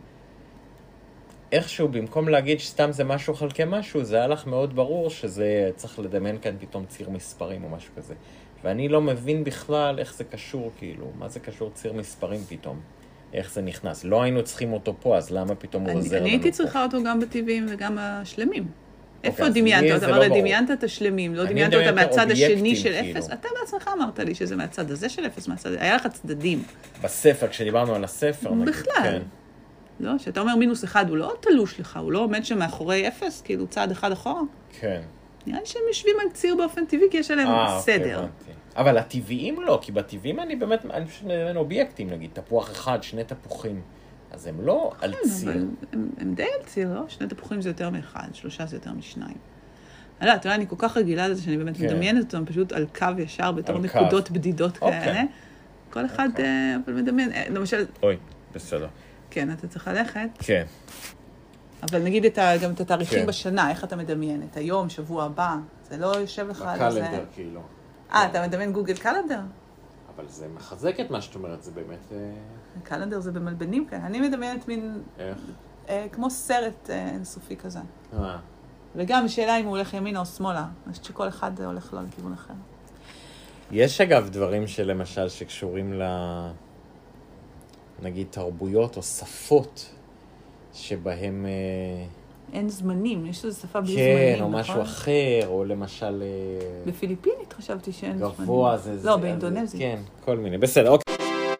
איכשהו, במקום להגיד שסתם זה משהו חלקי משהו, זה היה לך מאוד ברור שזה צריך לדמיין כאן פתאום ציר מספרים או משהו כזה. ואני לא מבין בכלל איך זה קשור, כאילו, מה זה קשור ציר מספרים פתאום? איך זה נכנס? לא היינו צריכים אותו פה, אז למה פתאום הוא אני- עוזר לנו אני הייתי פה? צריכה אותו גם בטבעיים וגם השלמים. איפה אז לי דמיינת זה אותם? לא הרי ברור. דמיינת את השלמים, לא אני דמיינת מדמיין אותם את מהצד השני האובייקטים, של כאילו. אפס. אתה בעצמך אמרת לי שזה מהצד הזה של אפס, מהצד... היה לך צדדים, בספר, כשדיברנו על הספר, נגיד, בכלל. כן. לא? כשאתה אומר מינוס אחד, הוא לא תלוש לך, הוא לא עומד שם מאחורי אפס, כאילו צעד אחד אחורה. כן. נראה לי שהם יושבים על ציר באופן טבעי, כי יש עליהם אה, אוקיי, סדר. הבנתי. אבל הטבעיים לא, כי בטבעיים אני באמת, אני פשוט מדמיין אובייקטים, נגיד, תפוח אחד, שני תפוחים. אז הם לא על כן, ציר. אבל הם- הם די על ציר, לא? שני תפוחים זה יותר מאחד, שלושה זה יותר משניים. אני לא יודעת, אולי אני כל כך רגילה לזה שאני באמת כן. מדמיינת אותם פשוט על קו ישר, בתור על קו. נקודות בדידות אוקיי. כאלה. כל אחד אוקיי. אה, אבל מדמיין, אה, למשל, אוי, בסדר. כן, אתה צריך ללכת, כן. אבל נגיד את ה- גם את כן. התאריכים בשנה, איך אתה מדמיין? את היום, שבוע הבא, זה לא יושב לך על זה. בקלנדר, כאילו. אה, אתה מדמיין גוגל קלנדר? אבל זה מחזק את מה שאת אומרת, זה באמת... אה, קלנדר זה במלבנים כאלה. אני מדמיינת מין, איך? אה, כמו סרט אה, אינסופי כזה. אה, וגם שאלה אם הוא הולך ימינה או שמאלה. אני חושבת שכל אחד אה, הולך לו לכיוון אחר. יש אגב דברים שלמשל שקשורים ל... נגיד תרבויות או שפות שבהם... אה, אין זמנים, יש איזו שפה בלי כן, זמנים, או נכון? משהו אחר, או למשל אה, בפילipinית חשבתי שאין זמנים. גבוה, זה... זה- לא, זה- באינדונזית. כן, כל מיני. בסדר, אוקיי.